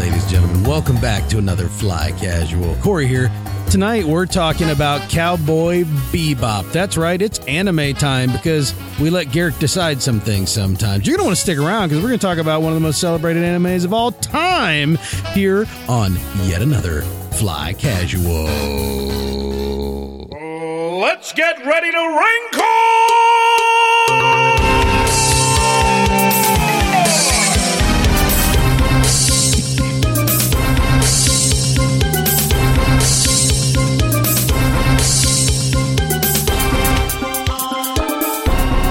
and welcome back to another Fly Casual. Corey here. Tonight we're talking about Cowboy Bebop. That's right, it's anime time because we let Garrick decide some things sometimes. You're going to want to stick around because we're going to talk about one of the most celebrated animes of all time here on yet another Fly Casual. Let's get ready to wrinkle!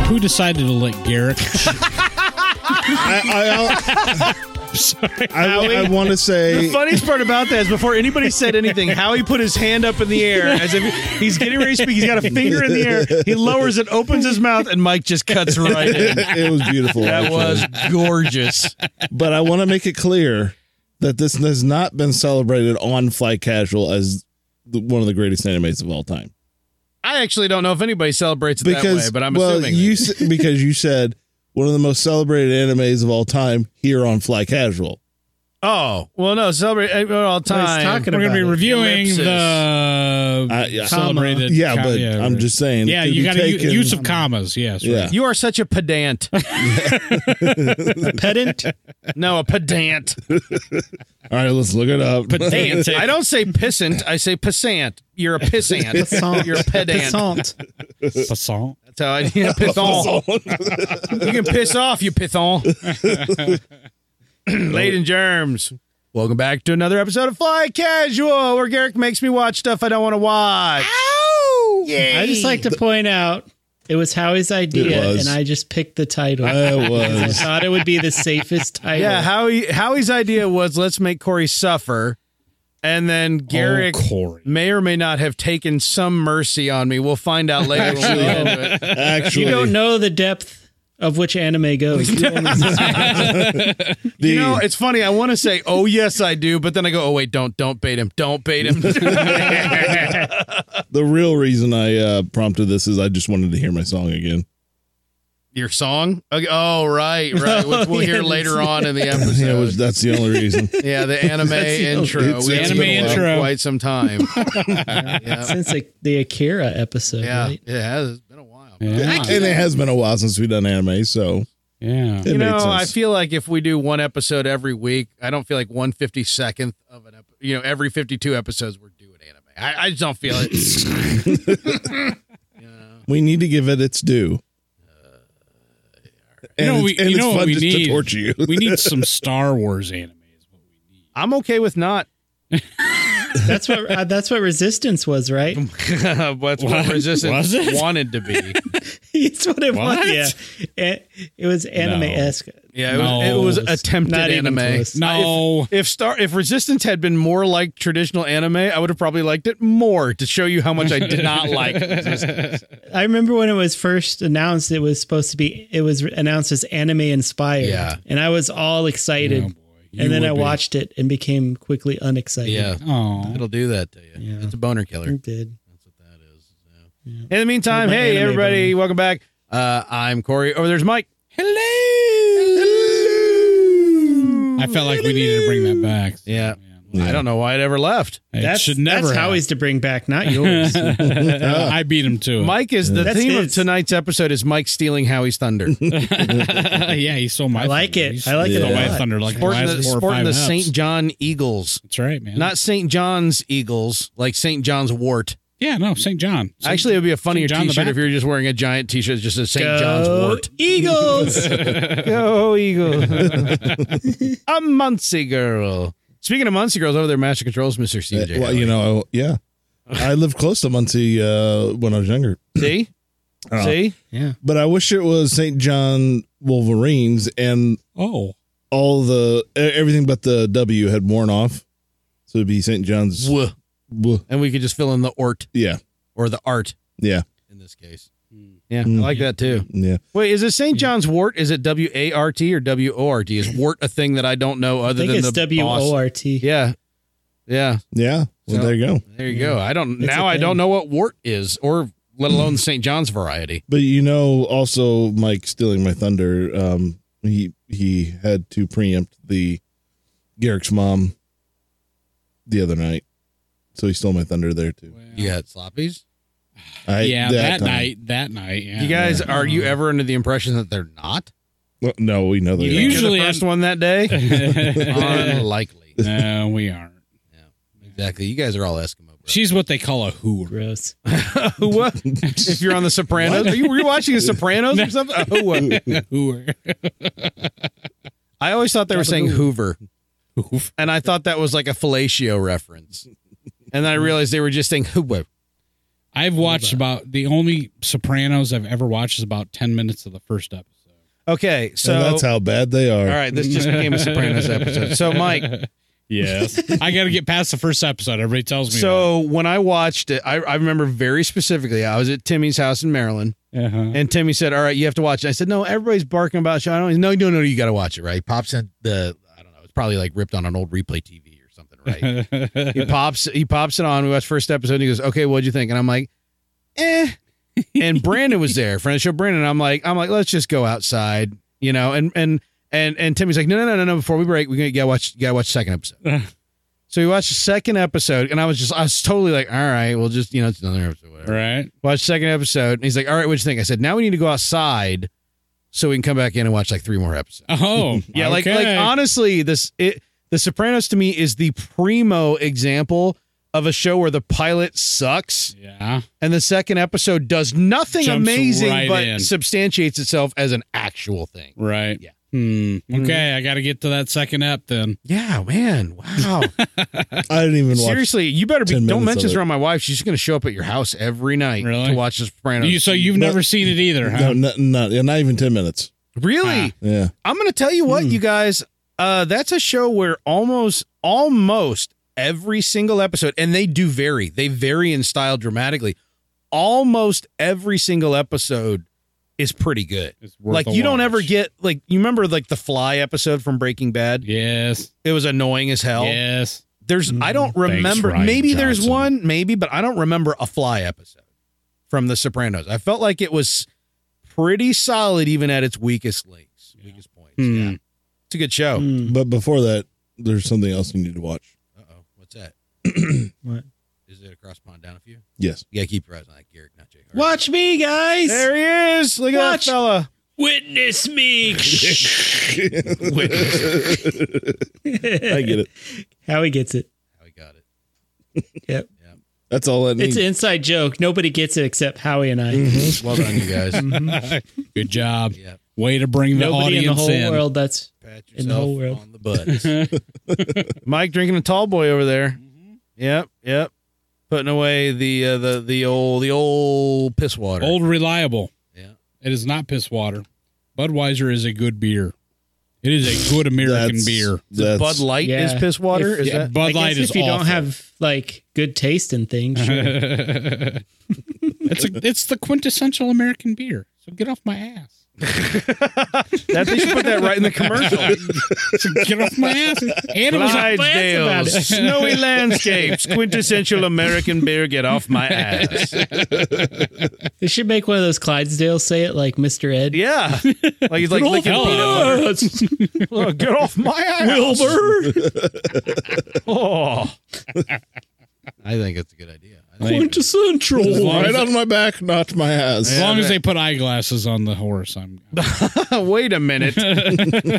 Who decided to let Garrick? I, I'm sorry, I, Howie. I, I want to The say funniest part about that is before anybody said anything, Howie put his hand up in the air as if he's getting ready to speak. He's got a finger in the air. He lowers it, opens his mouth, and Mike just cuts right in. it was beautiful. That actually. was gorgeous. but I want to make it clear that this has not been celebrated on Fly Casual as the, one of the greatest animes of all time. I actually don't know if anybody celebrates it that way, Because but I'm well, assuming you they do. s- because you said one of the most celebrated animes of all time here on Fly Casual. Oh well, no, celebrate uh, all he's time. talking We're going to be about it. reviewing Ellipsis. the I- Uh, yeah. celebrated. yeah, co- but I'm just saying. it Yeah, could you be got to taken- use of commas. Yes. Yeah. Right. You are such a pedant. pedant. No, a pedant. All right, let's look it up. Pedant. I don't say pissant. I say pissant. You're a pissant. Pissant. You're a pedant. Passant. Passant. That's how I yeah, pithon. you can piss off, you pithon. Laden germs. Welcome back to another episode of Fly Casual, where Garrick makes me watch stuff I don't want to watch. I just like to point out it was Howie's idea, It was. and I just picked the title. That I was thought it would be the safest title. Yeah, Howie Howie's idea was let's make Corey suffer, and then Garrick Oh, Corey. may or may not have taken some mercy on me. We'll find out later. when we get into it. actually you don't know the depth of which anime goes. You only the, You know, it's funny. I want to say, "Oh yes, I do," but then I go, "Oh wait, don't, don't bait him, don't bait him." the real reason I uh, prompted this is I just wanted to hear my song again. Your song? Okay. Oh, right, right. Which we'll hear yeah, later on in the Yeah, it was, episode. that's the only reason. Yeah, the anime intro. it's- we it's haven't been done a it in while. quite some time. yeah, since like the Akira episode, yeah, right? it has been a while. Yeah. and it has been a while since we've done anime, so yeah. it you made know, I sense. feel like if we do one episode every week, I don't feel like one fifty second of an episode. You know, every fifty two episodes we're doing anime. I, I just don't feel it. we need to give it its due. Uh, You know, it's- we, you know what we just need? to torture you. we need some Star Wars anime. I'm okay with not. That's what uh, that's what Resistance was, right? Oh That's what, Resistance Was it? wanted to be. It's what it What? was. Yeah, it, it was anime esque. Yeah, it, No. was, it was attempted Not even anime. close. No. If Star if Resistance had been more like traditional anime, I would have probably liked it more to show you how much I did not like Resistance. I remember when it was first announced. It was supposed to be. It was announced as anime inspired. Yeah. and I was all excited. Oh, boy. You and then would I be. watched it and became quickly unexcited. Oh. it'll do that to you. Yeah. It's a boner I killer. did. In the meantime, Like hey anime everybody, welcome back. Uh, I'm Corey. Over there's Mike. I felt like we needed to bring that back. Yeah. I don't know why it ever left. It That's should never. that's have. Howie's to bring back, not yours. I beat him to it. Mike is the That's theme of his. tonight's episode is Mike stealing Howie's thunder. yeah, he stole my. I like thunder. it. He I like it stole a my lot. thunder like the sporting last the, four or sporting five the eps. St. John Eagles. That's right, man. Not St. John's Eagles, like St. John's wort. yeah, no, St. John. St. Actually, it would be a funnier John the T-shirt if Baptist. you were just wearing a giant T-shirt that just says St. John's Go Wort. Eagles. Go Eagle. a Muncie girl. Speaking of Muncie girls, over there, Master Controls, Mr. Uh, CJ. well, you know, I- yeah. I lived close to Muncie uh, when I was younger, See? Oh. See? but I wish it was St. John Wolverines and Oh, all the e- everything but the W had worn off, so it'd be St. John's. Wuh. Wuh. And we could just fill in the ort Yeah, or the art yeah, in this case. Yeah, I Mm. like that too. yeah. Wait, is it Mm-hmm. St. John's wort? Is it W A R T or W O R T? Is wort a thing that I don't know I other think than it's the W O boss? R T. Yeah. Yeah. Yeah. Well, So- there you go. There you go. I don't It's now a I don't thing. know what wort is or let alone the St. John's variety. But you know, also Mike stealing my thunder. Um, he he had to preempt the Garrick's mom the other night. So he stole my thunder there too. You got sloppies. I, yeah, that, time- night. That night. Yeah. You guys, are you Uh-huh. ever under the impression that they're not? Well, no, we know they You are. usually- You're the 1st one that day. Unlikely. no, we aren't. Exactly. You guys are all Eskimo. Bro. She's what they call a hooer. Gross. Whoa. if you're on The Sopranos, are you, were you watching The Sopranos or something? Oh, A Whoa. hooer. I always thought they were saying Hoover, and I thought that was like a fellatio reference, and then I realized they were just saying Hoover. I've watched about the only Sopranos I've ever watched is about ten minutes of the first episode. Okay, so And that's how bad they are. all right, this just became a Sopranos episode. So Mike, Yes, I got to get past the first episode. Everybody tells me. so when I watched it, I, I remember very specifically. I was at Timmy's house in Maryland, that. Uh-huh. and Timmy said, "All right, you have to watch it." I said, "No, everybody's barking about it. So I don't. No, no, no, you got to watch it." Right? He Pops in the. I don't know. It's probably like ripped on an old replay TV or something. Right? Uh-huh. he pops he pops it on. We watch first episode. and He goes, "Okay, what'd you think?" And I'm like, "Eh." And Brandon was there, friend of the show Brandon. I'm like, I'm like, let's just go outside, you know. And and and and Timmy's like, no, no, no, no, no. Before we break, we gotta- gotta watch, gotta watch the second episode. so we watched the second episode, and I was just, I was totally like, all right, we'll just, you know, it's another episode, whatever. right. Watch the second episode, and he's like, all right, what'd you think? I said, now we need to go outside, so we can come back in and watch like three more episodes. Oh, Yeah, like like okay. honestly, this it The Sopranos to me is the primo example of a show where the pilot sucks Yeah. and the second episode does nothing Jumps amazing right but in. substantiates itself as an actual thing. Right. Yeah. Hmm. Okay, I got to get to that second ep then. Yeah, man. Wow. I didn't even watch. Seriously, you better be 10 don't minutes mention of this it. around my wife. She's going to show up at your house every night Really? to watch The Sopranos. You, so you've No. never seen it either, huh? No, not, not, yeah, not even 10 minutes. really? Ah. Yeah. I'm going to tell you Hmm. what, you guys. Uh, that's a show where almost, almost every single episode, and they do vary. They vary in style dramatically. Almost every single episode is pretty good. It's worth like a you don't watch. ever get like you remember like the Fly episode from Breaking Bad. Yes. It was annoying as hell. Yes. There's I don't remember. Ryan maybe there's Johnson. one, maybe, but I don't remember a Fly episode from The Sopranos. I felt like it was pretty solid even at its weakest links, weakest points. Hmm. Yeah. It's a good show. Hmm. But before that, there's something else you need to watch. Uh oh, what's that? What? Is it across pond down a few? Yes. You gotta keep your eyes on that Garrick, not Jake. Watch me, guys. There he is. Look at Watch. that fella. Witness me. I get it. How he gets it. How he got it. Yep. That's all that It's needs. an inside joke. Nobody gets it except Howie and I. Mm-hmm. Well done, you guys. Good job. Yeah. Way to bring the Nobody in the audience whole world. That's Pat yourself In the whole world. on the butt. Mike drinking a tall boy over there. Yep, yep. Putting away the uh, the the old the old piss water. Old reliable. Yeah. It is not piss water. Budweiser is a good beer. It is a good American That's- beer. That's, Bud Light Yeah. is piss water. If- is yeah, that Bud I Light is guess if you awful. Uh-huh. don't have like good taste in things. Sure. it's a, it's the quintessential American beer. So get off my ass. that they should put that right in the commercial. So get off my ass. And it was a, Clydesdales, snowy landscapes, quintessential American beer. Get off my ass. they should make one of those Clydesdales say it like Mr. Ed. Yeah, like he's like licking fella. peanut butter. Get off my ass, Wilbur. oh, I think that's a good idea. I think Quintessential. right on my back, not my ass. as long as they put eyeglasses on the horse, I'm Wait a minute.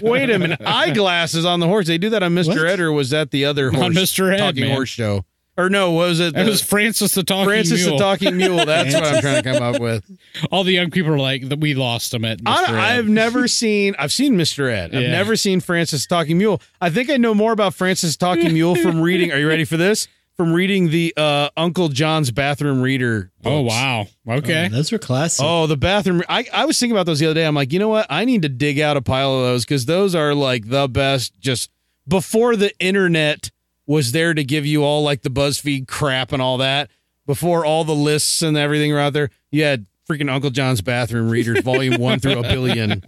Wait a minute. Eyeglasses on the horse. They do that on Mr. Ed, or was that the other horse? On Mr. Ed, Talking man. horse show. Or no, what was it? That The- was Francis the Talking Francis Mule. the Talking Mule. That's what I'm trying to come up with. All the young people are like, "That we lost him at." Mr. Ed." I, I've never seen, I've seen Mr. Ed. I've Yeah. never seen Francis the Talking Mule. I think I know more about Francis the Talking Mule from reading, are you ready for this? From reading the uh, Uncle John's bathroom reader. oh books. wow. Okay. Those were classic. Oh, the bathroom. I, I was thinking about those the other day. I'm like, you know what? I need to dig out a pile of those because those are like the best. Just before the internet was there to give you all like the BuzzFeed crap and all that, before all the lists and everything were out there, you had freaking Uncle John's Bathroom Readers, Volume 1 through a billion.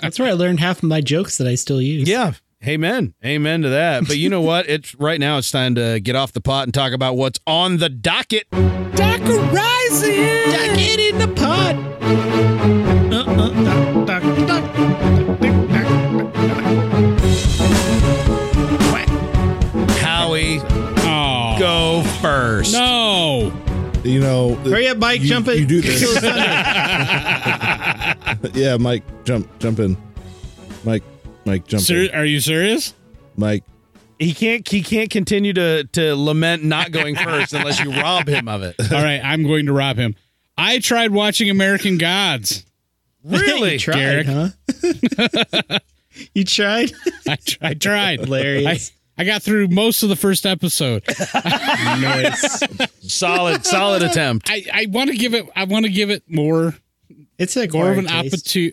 That's where I learned half of my jokes that I still use. Yeah. Amen. Amen to that. But you know what? It's right now it's time to get off the pot and talk about what's on the docket. Doc Horizon. Doc it in the pot. Howie, Oh, don't. Hurry up, Mike, You- jump in. You do this. yeah, Mike, jump, jump in. Mike, Mike, jump Ser- in. are you serious? Mike, He can't. He can't continue to to lament not going first unless you rob him of it. All right, I'm going to rob him. I tried watching American Gods. Really, you tried, Derek. huh? you tried? I, tr- I tried. I, Hilarious. I got through most of the first episode. nice. solid, solid attempt. I, I want to give it. I want to give it more It's a more of an opportunity.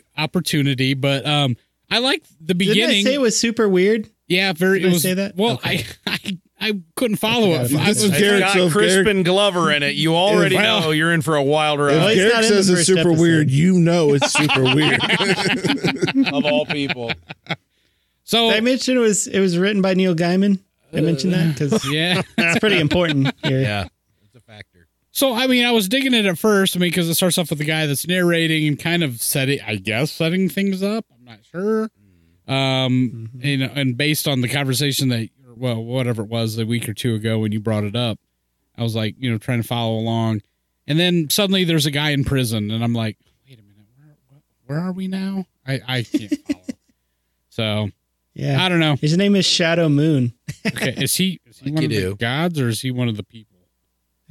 opportu- opportunity, but um, I like the Didn't I beginning. say it was super weird? yeah, very. Did it I was, say that? Well, I, I I couldn't follow it. I This was is Garrett, got so if Crispin Glover in it. You already Well- know you're in for a wild if Well, ride he's Garrick not in the says it's first super episode. weird, you know it's super weird. of all people. so. Oh. Did I mentioned it was it was written by Neil Gaiman. Did I mentioned that because yeah. it's pretty important here. Uh, Yeah, it's a factor. So I mean, I was digging it at first. I mean, because it starts off with the guy that's narrating and kind of setting, I guess, setting things up. I'm not sure. Um, and and based on the conversation that, well, whatever it was a week or two ago when you brought it up, I was like, you know, trying to follow along, and then suddenly there's a guy in prison, and I'm like, wait a minute, where where are we now? I I can't follow. so Yeah. I don't know. His name is Shadow Moon. Okay, is he is he Like one you of do. the gods or is he one of the people?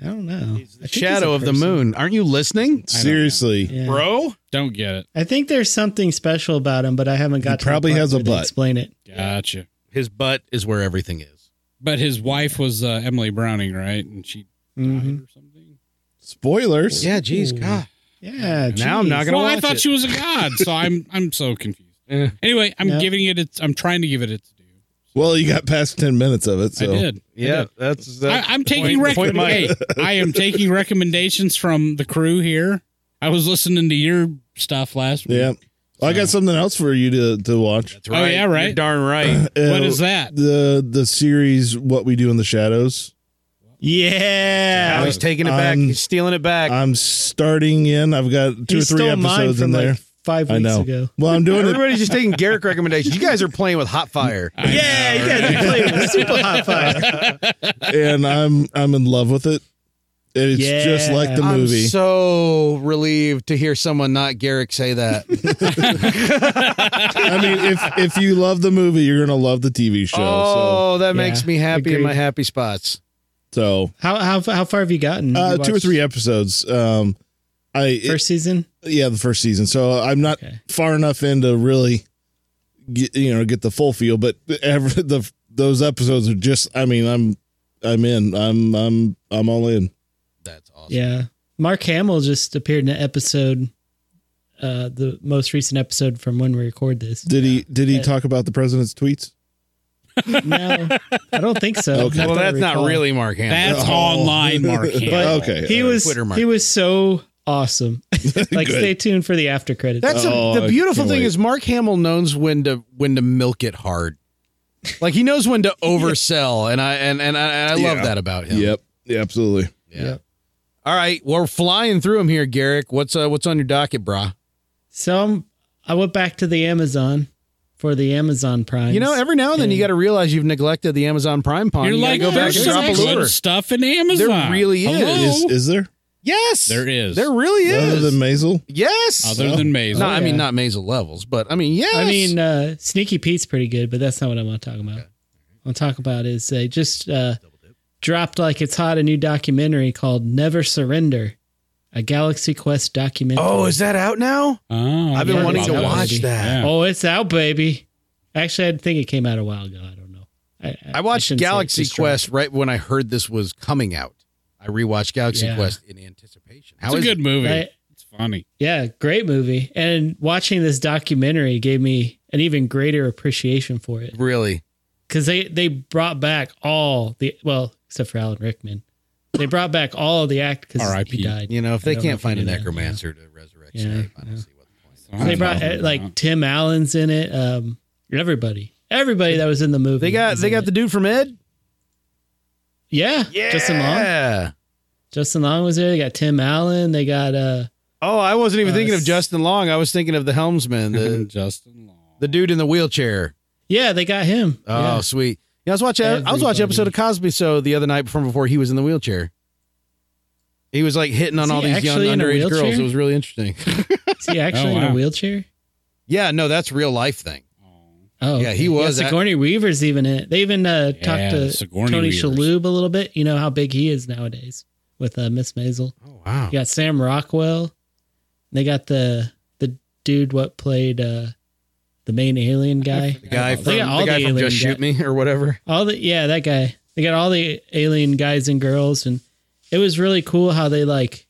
I don't know. I think he's a Shadow of the person. Moon. Aren't you listening, Seriously. Yeah. bro? Don't get it. I think there's something special about him, but I haven't got. to the probably part has a where they butt. Explain it. Gotcha. His butt is where everything is. But his wife was uh, Emily Browning, right? And she Mhm. Mm-hmm. died or something. Spoilers. Yeah, geez, God. Yeah. Now I'm geez. not gonna- Well, I watch thought it. she was a god, so I'm I'm so confused. Anyway, I'm Yeah. giving it. Its, I'm trying to give it its due. Well, you got past 10 minutes of it. So I did. Yeah, that's, that's I, I'm taking uh, point- point recommend. Mike. Hey, I am taking recommendations from the crew here. I was listening to your stuff last week. Yeah. I got something else for you to, to watch. That's right. Oh, yeah, You're right. darn Uh, right. What is that? The the series What We Do in the Shadows. Now Yeah. he's taking it back. I'm- he's stealing it back. I'm starting in. I've got two You or three stole mine episodes from in there. like five I weeks know. ago. Well, I'm doing it. Everybody's just taking Garrick recommendations. You guys are playing with hot fire. Yeah, you guys are playing with super hot fire. and I'm I'm in love with it. It's Yeah. just like the movie. I'm so relieved to hear someone not Garrick say that. I mean, if if you love the movie, you're gonna love the TV show. oh, that makes Yeah, me happy in agreed. my happy spots. So, How how how far have you gotten? so uh, You two or watched three episodes. Um, I it- First season. yeah, the first season. So I'm not Okay. far enough in to really get you know get the full feel, but every, the those episodes are just. I mean, I'm I'm in. I'm I'm I'm all in. That's awesome. Yeah. Mark Hamill just appeared in an episode, uh, the most recent episode from when we record this. Did he did he talk about the president's tweets? No, I don't think so. Okay. Not Well, that I that's not recall. really Mark Hamill. That's Oh. online, Mark. Hamill. okay, He was Twitter mark. he was so awesome. Good. like, stay tuned for the after credits. That's a- Oh, the I beautiful can't thing wait. is Mark Hamill knows when to when to milk it hard. Like he knows when to oversell, and I and and I, and I love Yeah. that about him. Yep. Yeah, absolutely. Yeah. Yep. All right, we're flying through them here, Garrick. What's uh, what's on your docket, brah? so I'm, I went back to the Amazon for the Amazon Prime. You know, every now and then you got to realize you've neglected the Amazon Prime pond. You're You gotta like, go back there's and some drop a excellent lure. stuff in Amazon. There really is. Hello? Is is there Yes, there is. There really other is. than Maisel? yes. Other than Maze. no, I mean yeah. not Maisel levels, but I mean yes. I mean, uh, Sneaky Pete's pretty good, but that's not what I want to talk about. I want to talk about is they just uh, dropped like it's hot a new documentary called Never Surrender, a Galaxy Quest documentary. oh, is that out now? Oh, I've been yeah, wanting about to that. watch that. Yeah. Oh, it's out, baby. Actually, I think it came out a while ago. I don't know. I, I- I I watched shouldn't say it Galaxy just dropped. Quest right when I heard this was coming out. I rewatched Galaxy Yeah. Quest in anticipation. How It's a is good it? movie. Right? It's funny. Yeah, great movie. And watching this documentary gave me an even greater appreciation for it Really? because they they brought back all the well, except for Alan Rickman. They brought back all the act because R.I.P.. he died. You know, if I they don't know can't if find a you know. necromancer to resurrect Yeah, Snape, I don't yeah. see what the point is. They brought Oh, uh, like wow. Tim Allen's in it. Um, everybody, everybody that was in the movie. They got was they in got it. the dude from Ed? yeah, Justin Long. Yeah. Justin Long was there. They got Tim Allen. They got uh, Oh, I wasn't even Uh, thinking of s- Justin Long. I was thinking of the helmsman, the Justin Long. the dude in the wheelchair. yeah, they got him. Oh, Yeah. sweet. Yeah, I was watching I was watching Everybody. episode of Cosby Show the other night before before he was in the wheelchair. He was like hitting on Is all he these young actually in a underage girls. wheelchair? It was really interesting. Is he actually in Oh, wow. a wheelchair? yeah, no, that's real life thing. Oh, Yeah, he was at- Sigourney Weaver's even in it. They even uh, Yeah, talked to Sigourney Tony Weavers. Shalhoub a little bit. You know how big he is nowadays with uh, Miss Maisel. Oh wow. You got Sam Rockwell. They got the the dude what played uh, the main alien guy. The guy They from, got all the guy the from alien Just Shoot guy- Me or whatever. All the yeah, that guy. They got all the alien guys and girls, and it was really cool how they like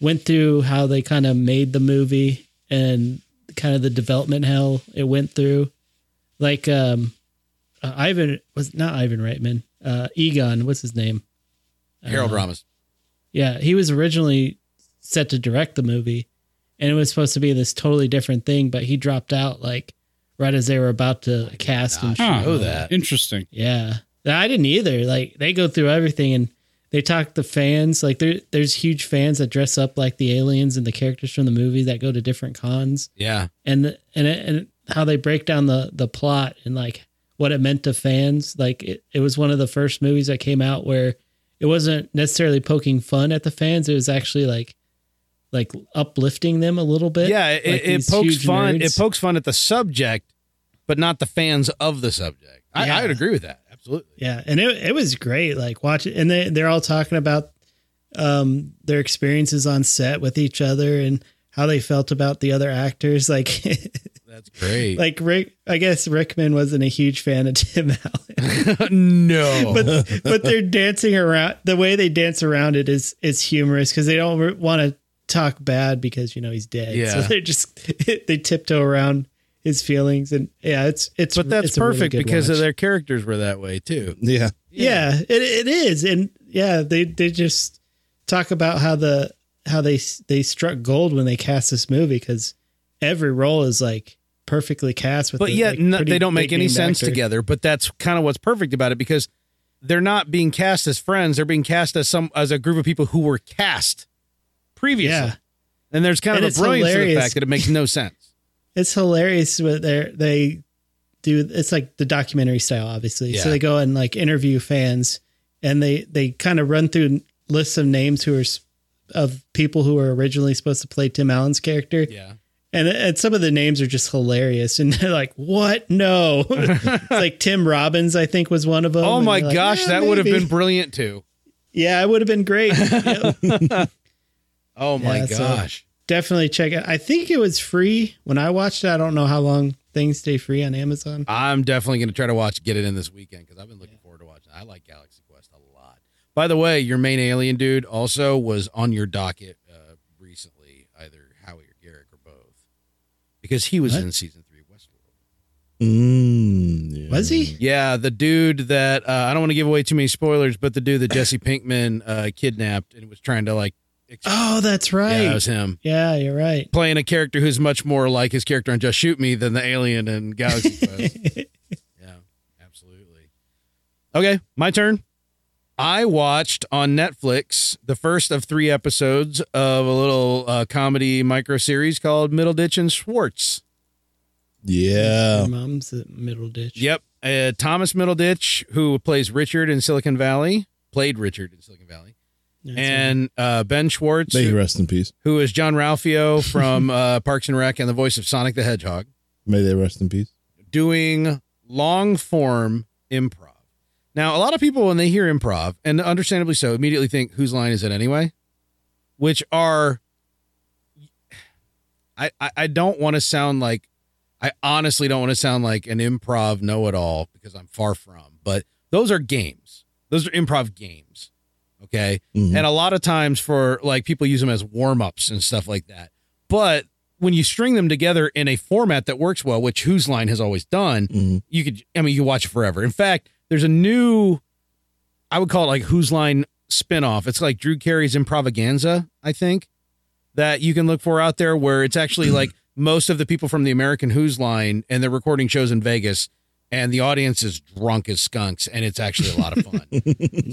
went through how they kind of made the movie and kind of the development hell it went through. Like um uh, Ivan was not Ivan Reitman. Uh Egon, what's his name? Harold Uh-huh. Ramis. Yeah, he was originally set to direct the movie, and it was supposed to be this totally different thing, but he dropped out like right as they were about to cast and Huh. Know that. Interesting. yeah. I didn't either. Like they go through everything and they talk to fans. Like there there's huge fans that dress up like the aliens and the characters from the movie that go to different cons Yeah. and the, and it, and how they break down the the plot and like what it meant to fans. Like it, it was one of the first movies that came out where it wasn't necessarily poking fun at the fans. It was actually like like uplifting them a little bit. Yeah, it, Like it- it these pokes huge fun. nerds. It pokes fun at the subject, but not the fans of the subject. I, Yeah. I would agree with that. Absolutely. Yeah, and it it was great. Like watch it, and they they're all talking about um their experiences on set with each other and how they felt about the other actors. Like That's great. like Rick, I guess Rickman wasn't a huge fan of Tim Allen, no. but but they're dancing around. The way they dance around it is is humorous because they don't want to talk bad because you know he's dead. So Yeah. they're just they tiptoe around his feelings and yeah, it's it's but that's it's a really perfect good because watch. of their characters were that way too. Yeah. yeah, it, it is and yeah they they just talk about how the how they they struck gold when they cast this movie because every role is like perfectly cast with But the, yet like, no- pretty they don't make big any name sense actor. together. But that's kind of what's perfect about it because they're not being cast as friends. They're being cast as some as a group of people who were cast previously. yeah And there's kind And of it's a brilliance to the hilarious. fact that it makes no sense. it's hilarious what they they do it's like the documentary style obviously Yeah. so they go and like interview fans and they they kind of run through lists of names who are s- of people who were originally supposed to play Tim Allen's character Yeah. And, and some of the names are just hilarious. And they're like, what? No. it's like Tim Robbins, I think, was one of them. Oh And my they're like, gosh, "Yeah, that would have maybe." been brilliant too. Yeah, it would have been great. Yeah, Oh my Yeah, so- gosh. definitely check it. I think it was free when I watched it. I don't know how long things stay free on Amazon. I'm definitely going to try to watch get it in this weekend because I've been looking forward to watching. it. I like Galaxy Quest a lot. By the way, your main alien dude also was on your docket uh, recently, either Howie or Garrick or both, because he was What? in season three of Westworld. Mm, yeah. Was he? Yeah, the dude that uh, I don't want to give away too many spoilers, but the dude that Jesse Pinkman uh, kidnapped and was trying to like, ex- Oh, that's right. yeah, Yeah, it was him. you're right. playing a character who's much more like his character on Just Shoot Me than the alien in Galaxy Quest. yeah, absolutely. Okay, my turn. I watched on Netflix the first of three episodes of a little uh, comedy micro series called Middle Ditch and Schwartz. Yeah. Your mom's the middle ditch. Yep. Uh, Thomas Middleditch, who plays Richard in Silicon Valley, played Richard in Silicon Valley, That's and uh, Ben Schwartz, May he who- rest in peace. who is John Ralphio from uh, Parks and Rec and the voice of Sonic the Hedgehog. May they rest in peace. doing long form improv. Now, a lot of people, when they hear improv, and understandably so, immediately think, whose line is it anyway? Which are, I, I, I don't want to sound like, I honestly don't want to sound like an improv know it all because I'm far from, but those are games. Those are improv games. Okay. Mhm. And a lot of times for like people use them as warm ups and stuff like that. But when you string them together in a format that works well, which Whose Line has always done, Mhm. you could, I mean, you watch it forever. In fact, there's a new, I would call it like Whose Line spinoff. It's like Drew Carey's Improvaganza, I think, that you can look for out there where it's actually like most of the people from the American Who's Line and they're recording shows in Vegas and the audience is drunk as skunks and it's actually a lot of fun.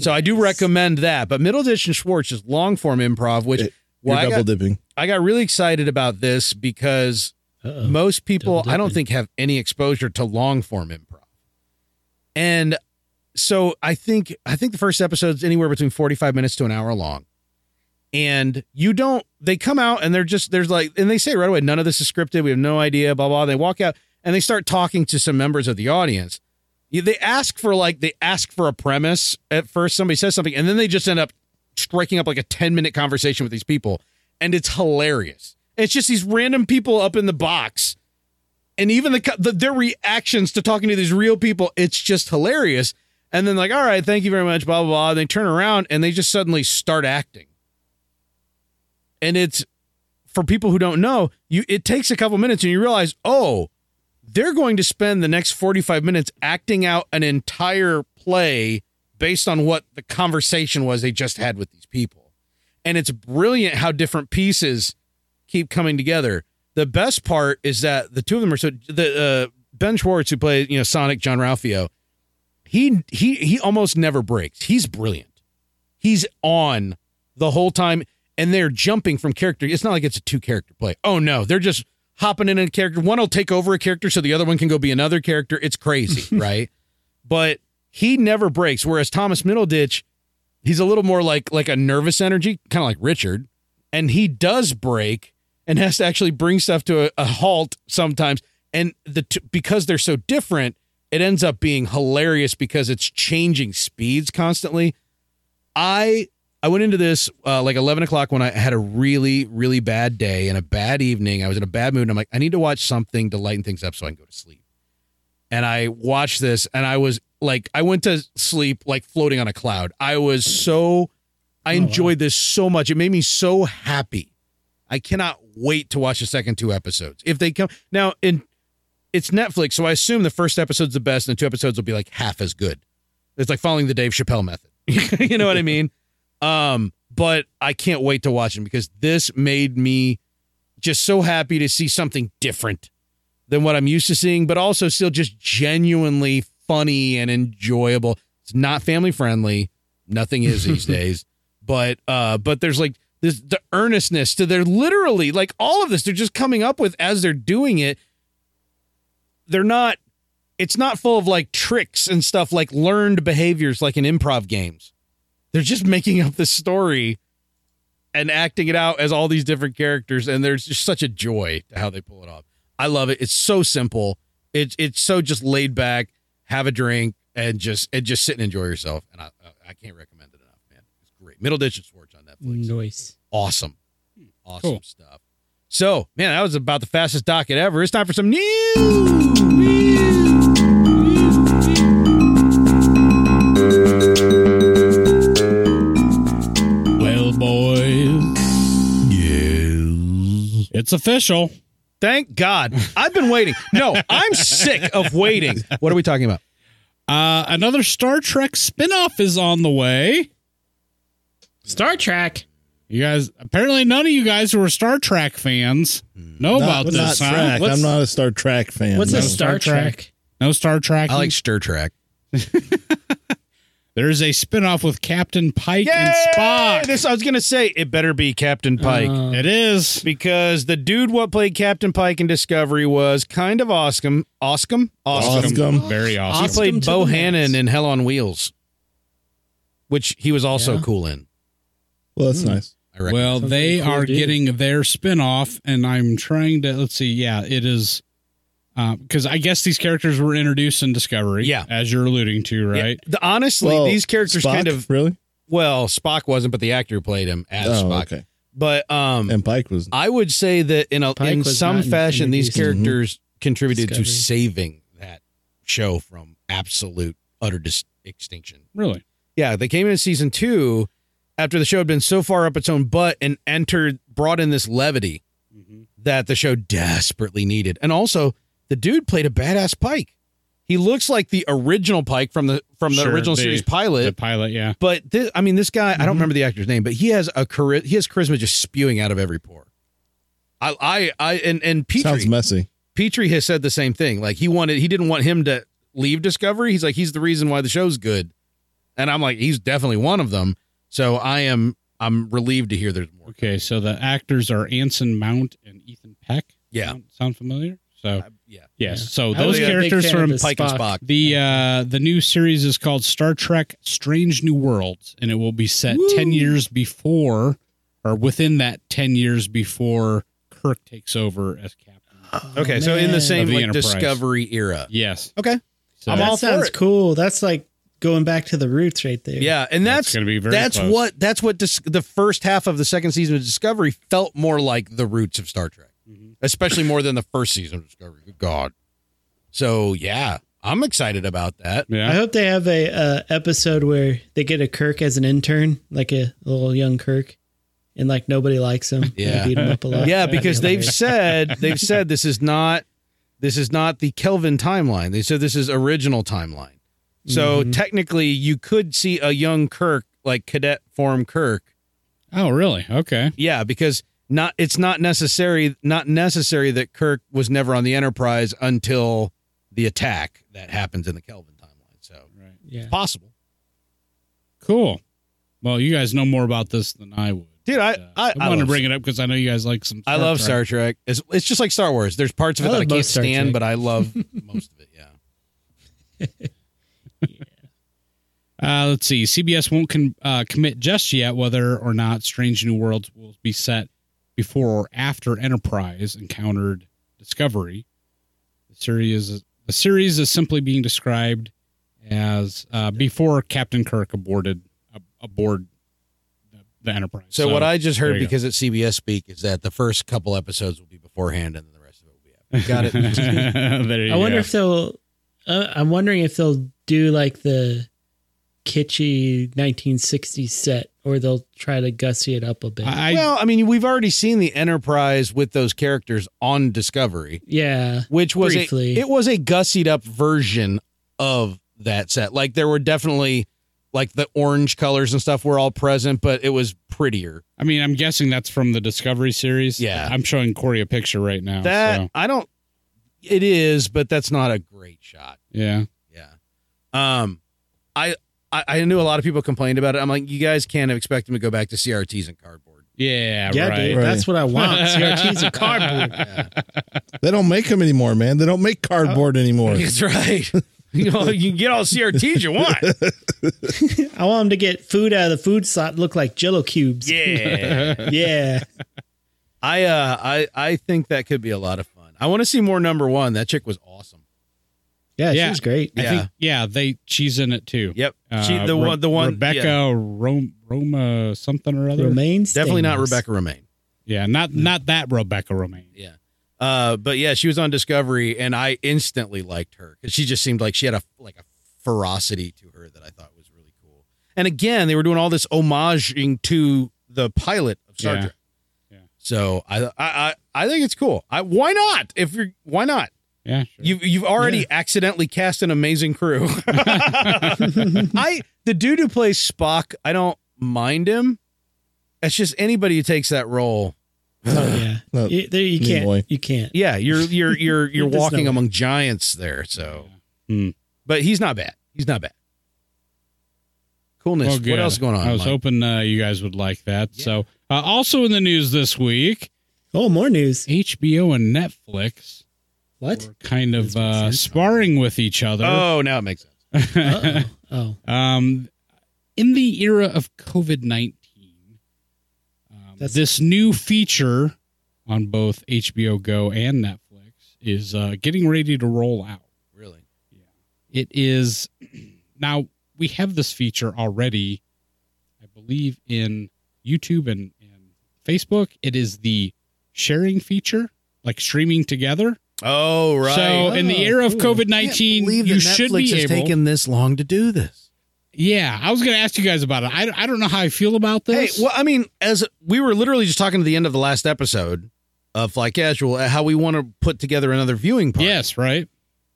So I do recommend that. But Middle Ditch and Schwartz is long form improv, which It- why I You're double got, dipping. I got really excited about this because Oh. Uh-oh. most people I don't dipping. think have any exposure to long form improv. And so I think I think the first episode's anywhere between 45 minutes to an hour long. and you don't they come out and they're just there's like and they say right away none of this is scripted we have no idea blah blah they walk out and they start talking to some members of the audience Yeah, they ask for like they ask for a premise at first somebody says something and then they just end up striking up like a 10 minute conversation with these people and it's hilarious it's just these random people up in the box and even the, co- the their reactions to talking to these real people it's just hilarious and then like all right thank you very much blah blah blah and they turn around and they just suddenly start acting and it's for people who don't know you it takes a couple minutes and you realize oh they're going to spend the next 45 minutes acting out an entire play based on what the conversation was they just had with these people and it's brilliant how different pieces keep coming together the best part is that the two of them are so the uh, ben schwartz who plays you know sonic john ralphio he he he almost never breaks he's brilliant he's on the whole time and they're jumping from character it's not like it's a two character play oh no they're just hopping in a character one will take over a character so the other one can go be another character it's crazy right but he never breaks whereas thomas middleditch he's a little more like like a nervous energy kind of like richard and he does break and has to actually bring stuff to a, a halt sometimes and the t- because they're so different it ends up being hilarious because it's changing speeds constantly I I went into this uh, like eleven o'clock when I had a really really bad day and a bad evening. I was in a bad mood. And I'm like, I need to watch something to lighten things up so I can go to sleep. And I watched this, and I was like, I went to sleep like floating on a cloud. I was so I enjoyed this so much. It made me so happy. I cannot wait to watch the second two episodes if they come now. In it's Netflix, so I assume the first episode's the best, and the two episodes will be like half as good. It's like following the Dave Chappelle method. you know what I mean? Um, but I can't wait to watch them because this made me just so happy to see something different than what I'm used to seeing, but also still just genuinely funny and enjoyable. It's not family friendly. Nothing is these days. But uh, but there's like this the earnestness to their literally like all of this they're just coming up with as they're doing it. They're not it's not full of like tricks and stuff like learned behaviors like in improv games. They're just making up the story and acting it out as all these different characters and there's just such a joy to how they pull it off. I love it. It's so simple. It's it's so just laid back, have a drink and just and just sit and enjoy yourself and I I can't recommend it enough, man. It's great. Middle Ditch and Swartz on Netflix Noise. awesome. Hmm. Awesome Cool. stuff. So, man, that was about the fastest docket ever. It's time for some news. Well, boys. Yes. It's official. Thank God. I've been waiting. No, I'm sick of waiting. What are we talking about? Uh, another Star Trek spinoff is on the way. Star Trek. You guys, apparently, none of you guys who are Star Trek fans know about Hmm. Not- this. not huh? Trek. What's- I'm not a Star Trek fan. What's no. a Star, Star Trek. Trek? no Star Trek. I like Stir Trek. There's a spinoff with Captain Pike and Spock. This I was gonna say it better be Captain Pike. Uh, it is. because the dude what played Captain Pike in Discovery was kind of awesome. Awesome? Awesome. Awesome. Oscom. Very awesome. He played Awesome to Bo the Hannon max. in Hell on Wheels, which he was also Yeah. cool in. Well, that's nice. I reckon. Well, Sounds they like a cool are dude. getting their spinoff, and I'm trying to let's see. Yeah, it is because I guess these characters were introduced in Discovery. Yeah. as you're alluding to, Yeah, right? the- honestly, Well, these characters Spock? kind of really. Well, Spock wasn't, but the actor who played him as oh, Spock. okay. But um, And Pike was. I would say that in a, Pike in was some not in- fashion, these introduced in characters contributed to Discovery. saving that show from absolute utter dis- extinction. Really? Yeah, they came in season two after the show had been so far up its own butt and entered, brought in this levity Mm-hmm. that the show desperately needed. And also, the dude played a badass Pike. He looks like the original Pike from the from the Sure, original the- series pilot. The pilot, yeah. But this, I mean, this guy, I don't remember the actor's name, but he has a chari- he has charisma just spewing out of every pore. I, I, I, and, and Sounds Petrie, messy. Petrie has said the same thing. Like he wanted, he didn't want him to leave Discovery. He's like, he's the reason why the show's good. And I'm like, he's definitely one of them. So I am, I'm relieved to hear there's more. Okay, so the actors are Anson Mount and Ethan Peck. Yeah. sound, sound familiar? So yeah. yes, Uh, Yeah. so I those was a big characters fan of from this. Pike and Spock. Spock. the uh, the new series is called Star Trek: Strange New Worlds, and it will be set ten years before or within that 10 years before Kirk takes over as captain. Okay, so in the Oh, man. same Of the like Enterprise. Discovery era. Yes. Okay, So I'm that all for sounds it. cool. That's like going back to the roots right there. yeah, and that's That's gonna be very that's close. what that's what dis- the first half of the second season of Discovery felt more like the roots of Star Trek, Mm-hmm. especially more than the first season of Discovery. Good God, so yeah, I'm excited about that. I yeah. hope they have a uh, episode where they get a Kirk as an intern, like a little young Kirk, and like nobody likes him. They Yeah. beat him up a lot. Yeah, That'd be because they've hilarious. said they've said this is not this is not the Kelvin timeline. They said this is original timeline. So Mm-hmm. technically, you could see a young Kirk, like cadet form Kirk. Oh, really? Okay. Yeah, because not it's not necessary not necessary that Kirk was never on the Enterprise until the attack that happens in the Kelvin timeline. So Right. yeah. possible, Cool. Well, you guys know more about this than I would. dude. I Uh, I, I, wanted to love, bring it up because I know you guys like some. I love Trek. Star Trek. It's, it's just like Star Wars. There's parts of I it that I love can't most Star stand, Trek. but I love most of it. Yeah. Uh, let's see. CBS won't con- uh, commit just yet whether or not Strange New Worlds will be set before or after Enterprise encountered Discovery. The series, the series is simply being described as uh, before Captain Kirk aborted ab- aboard the, the Enterprise. So, what I just there heard you go. because it's CBS speak is that the first couple episodes will be beforehand and then the rest of it will be after. Got it. there you I wonder go. if they'll. Uh, I'm wondering if they'll do like the kitschy 1960s set, or they'll try to gussy it up a bit. I, I- well, I mean, we've already seen the Enterprise with those characters on Discovery, yeah, which was a, Briefly. it was a gussied up version of that set. Like there were definitely like the orange colors and stuff were all present, but it was prettier. I mean, I'm guessing that's from the Discovery series. Yeah. I'm showing Corey a picture right now. That Oh, so, I don't. It is, but that's not a great shot. yeah. Yeah. Um, I, I I knew a lot of people complained about it. I'm like, you guys can't expect them to go back to CRTs and cardboard. Yeah, yeah, right. dude, that's what I want. CRTs and cardboard. Yeah. They don't make them anymore, man. They don't make cardboard anymore. That's right. You know, you can get all CRTs you want. I want them to get food out of the food slot look like Jello cubes. Yeah. yeah. I uh I I think that could be a lot of fun. I want to see more number one. That chick was awesome. Yeah, Yeah. she was great. I think yeah, they she's in it too. Yep. Uh, she the Re- one the one Rebecca yeah. Rom- Roma something or other. Romaine definitely not Stamos. Rebecca Romaine. Yeah, not not that Rebecca Romaine. Yeah. Uh, but yeah, she was on Discovery, and I instantly liked her because she just seemed like she had a like a ferocity to her that I thought was really cool. And again, they were doing all this homaging to the pilot of Star Yeah. Trek. Yeah. So I, I I I think it's cool. I why not? If you're why not? Yeah, sure. You you've already accidentally cast an amazing crew. I the dude who plays Spock, I don't mind him. It's just anybody who takes that role. Oh, yeah. No, you, there, you can't. Nimoy. You can't. Yeah, you're you're you're you're There's no walking way. among giants there. So, Yeah. Hmm. but he's not bad. He's not bad. Coolness. Well, good. what else going on? I was Mike? hoping uh, you guys would like that. So, uh, also in the news this week, Oh, more news. HBO and Netflix What? were kind of uh, sparring with each other. oh, now it makes sense. Uh-oh. Oh, Um, in the era of COVID 19, um, That's- this new feature on both HBO Go and Netflix is uh, getting ready to roll out. Really? It is now we have this feature already, I believe, in YouTube and, and Facebook. It is the sharing feature, like streaming together. Oh, right. So, in the Oh, era of cool. COVID nineteen, you should be able. taking this long to do this. yeah, I was going to ask you guys about it. I, I don't know how I feel about Hey, this. well, I mean, as we were literally just talking to the end of the last episode of Fly Casual, uh, how we want to put together another viewing party. Yes, right.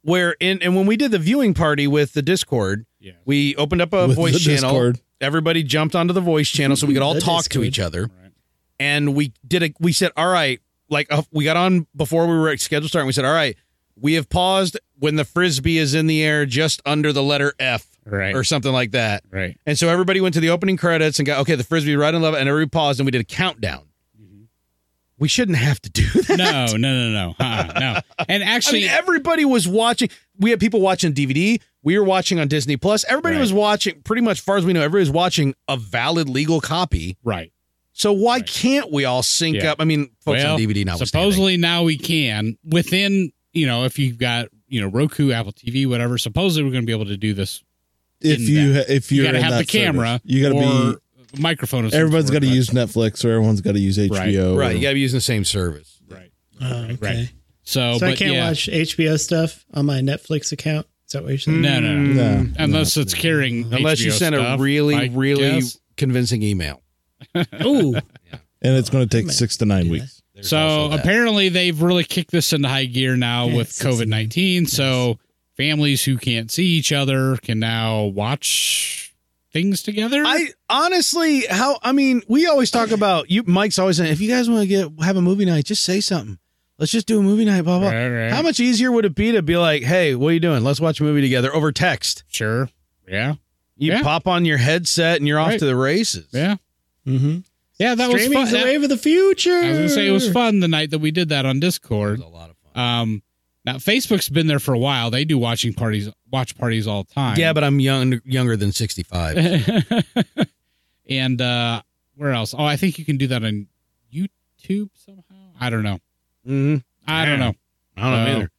Where in and when we did the viewing party with the Discord, Yeah. we opened up a With voice the channel. Discord. Everybody jumped onto the voice channel so we could all The talk to Discord. each other. Right. and we did a we said all right like uh, we got on before we were at schedule start and we said all right we have paused when the frisbee is in the air just under the letter f Right. or something like that right. and so everybody went to the opening credits and got okay the frisbee right and left and everybody paused and we did a countdown we shouldn't have to do that No, no, no, no. Uh-uh, no. And I actually, mean, everybody was watching. We had people watching DVD. We were watching on Disney Plus. Everybody Right. was watching, pretty much, far as we know, everybody was watching a valid legal copy. right. So why can't we all sync Yeah. up? I mean, folks Well, on DVD now. supposedly now we can within you know if you've got you know Roku, Apple TV, whatever. Supposedly we're going to be able to do this. if in you that. ha- if You you're got to in have that the camera. service. you got to be be microphone. of some everybody's sort, got to but- use Netflix or everyone's got to use HBO. Oh. or- right. You got to be using the same service. right. Oh, okay. Right. So, So but I can't yeah. watch HBO stuff on my Netflix account. Is that what you're saying? No, no, no. No, no. Unless it's carrying. Unless you HBO send a stuff, really, I really guess. convincing email. Ooh, and it's going to take man. six to nine weeks. There's So also that. apparently they've really kicked this into high gear now Yeah, with it's- it's- COVID nineteen. So families who can't see each other can now watch things together. I honestly, how I mean, we always talk about you. Mike's always saying, if you guys want to get have a movie night, just say something. Let's just do a movie night. Blah blah. Right, right. How much easier would it be to be like, hey, what are you doing? Let's watch a movie together over text. sure. Yeah. You Yeah. pop on your headset and you're off Right. to the races. Yeah. mm-hmm. Yeah. That was streaming's fun. the That- wave of the future. I was gonna say it was fun the night that we did that on It Discord. was a lot of fun. Um, now Facebook's been there for a while. They do watching parties, watch parties all the time. yeah, but I'm young, younger than 65. and uh, where else? Oh, I think you can do that on YouTube somehow. I don't know. mm-hmm. I don't know. I don't know Oh. either.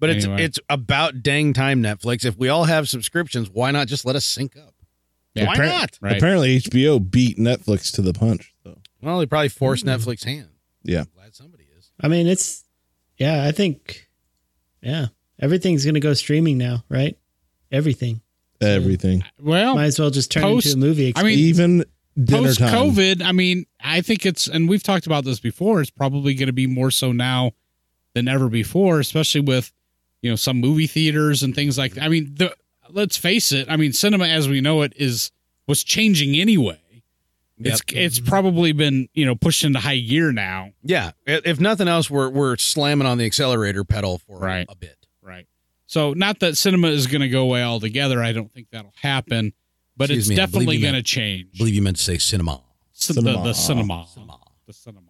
But it's Anyway. it's about dang time Netflix. If we all have subscriptions, why not just let us sync up? Yeah. Why not? Right. Apparently, HBO beat Netflix to the punch. Though Well, they probably forced Hmm. Netflix hand. Yeah. I'm glad somebody is. I mean, it's yeah. I think yeah, everything's gonna go streaming now, right? Everything. everything, well, Might as well just turn Oh, Post- into a movie. I mean, even dinner post time. COVID, I mean, I think it's, and we've talked about this before, it's probably going to be more so now than ever before, especially with, you know, some movie theaters and things like that. I mean, the, let's face it. I mean, cinema as we know it is, was changing anyway. It's, it's probably been, you know, pushed into high gear now. Yeah. i- If nothing else, we're we're slamming on the accelerator pedal for Right. a bit. Right. So not that cinema is going to go away altogether. I don't think that'll happen, but Excuse it's me, I believe definitely you meant- going to change. I believe you meant to say cinema. Cin- the- The, Cinema. cinema. Cinema. the cinema.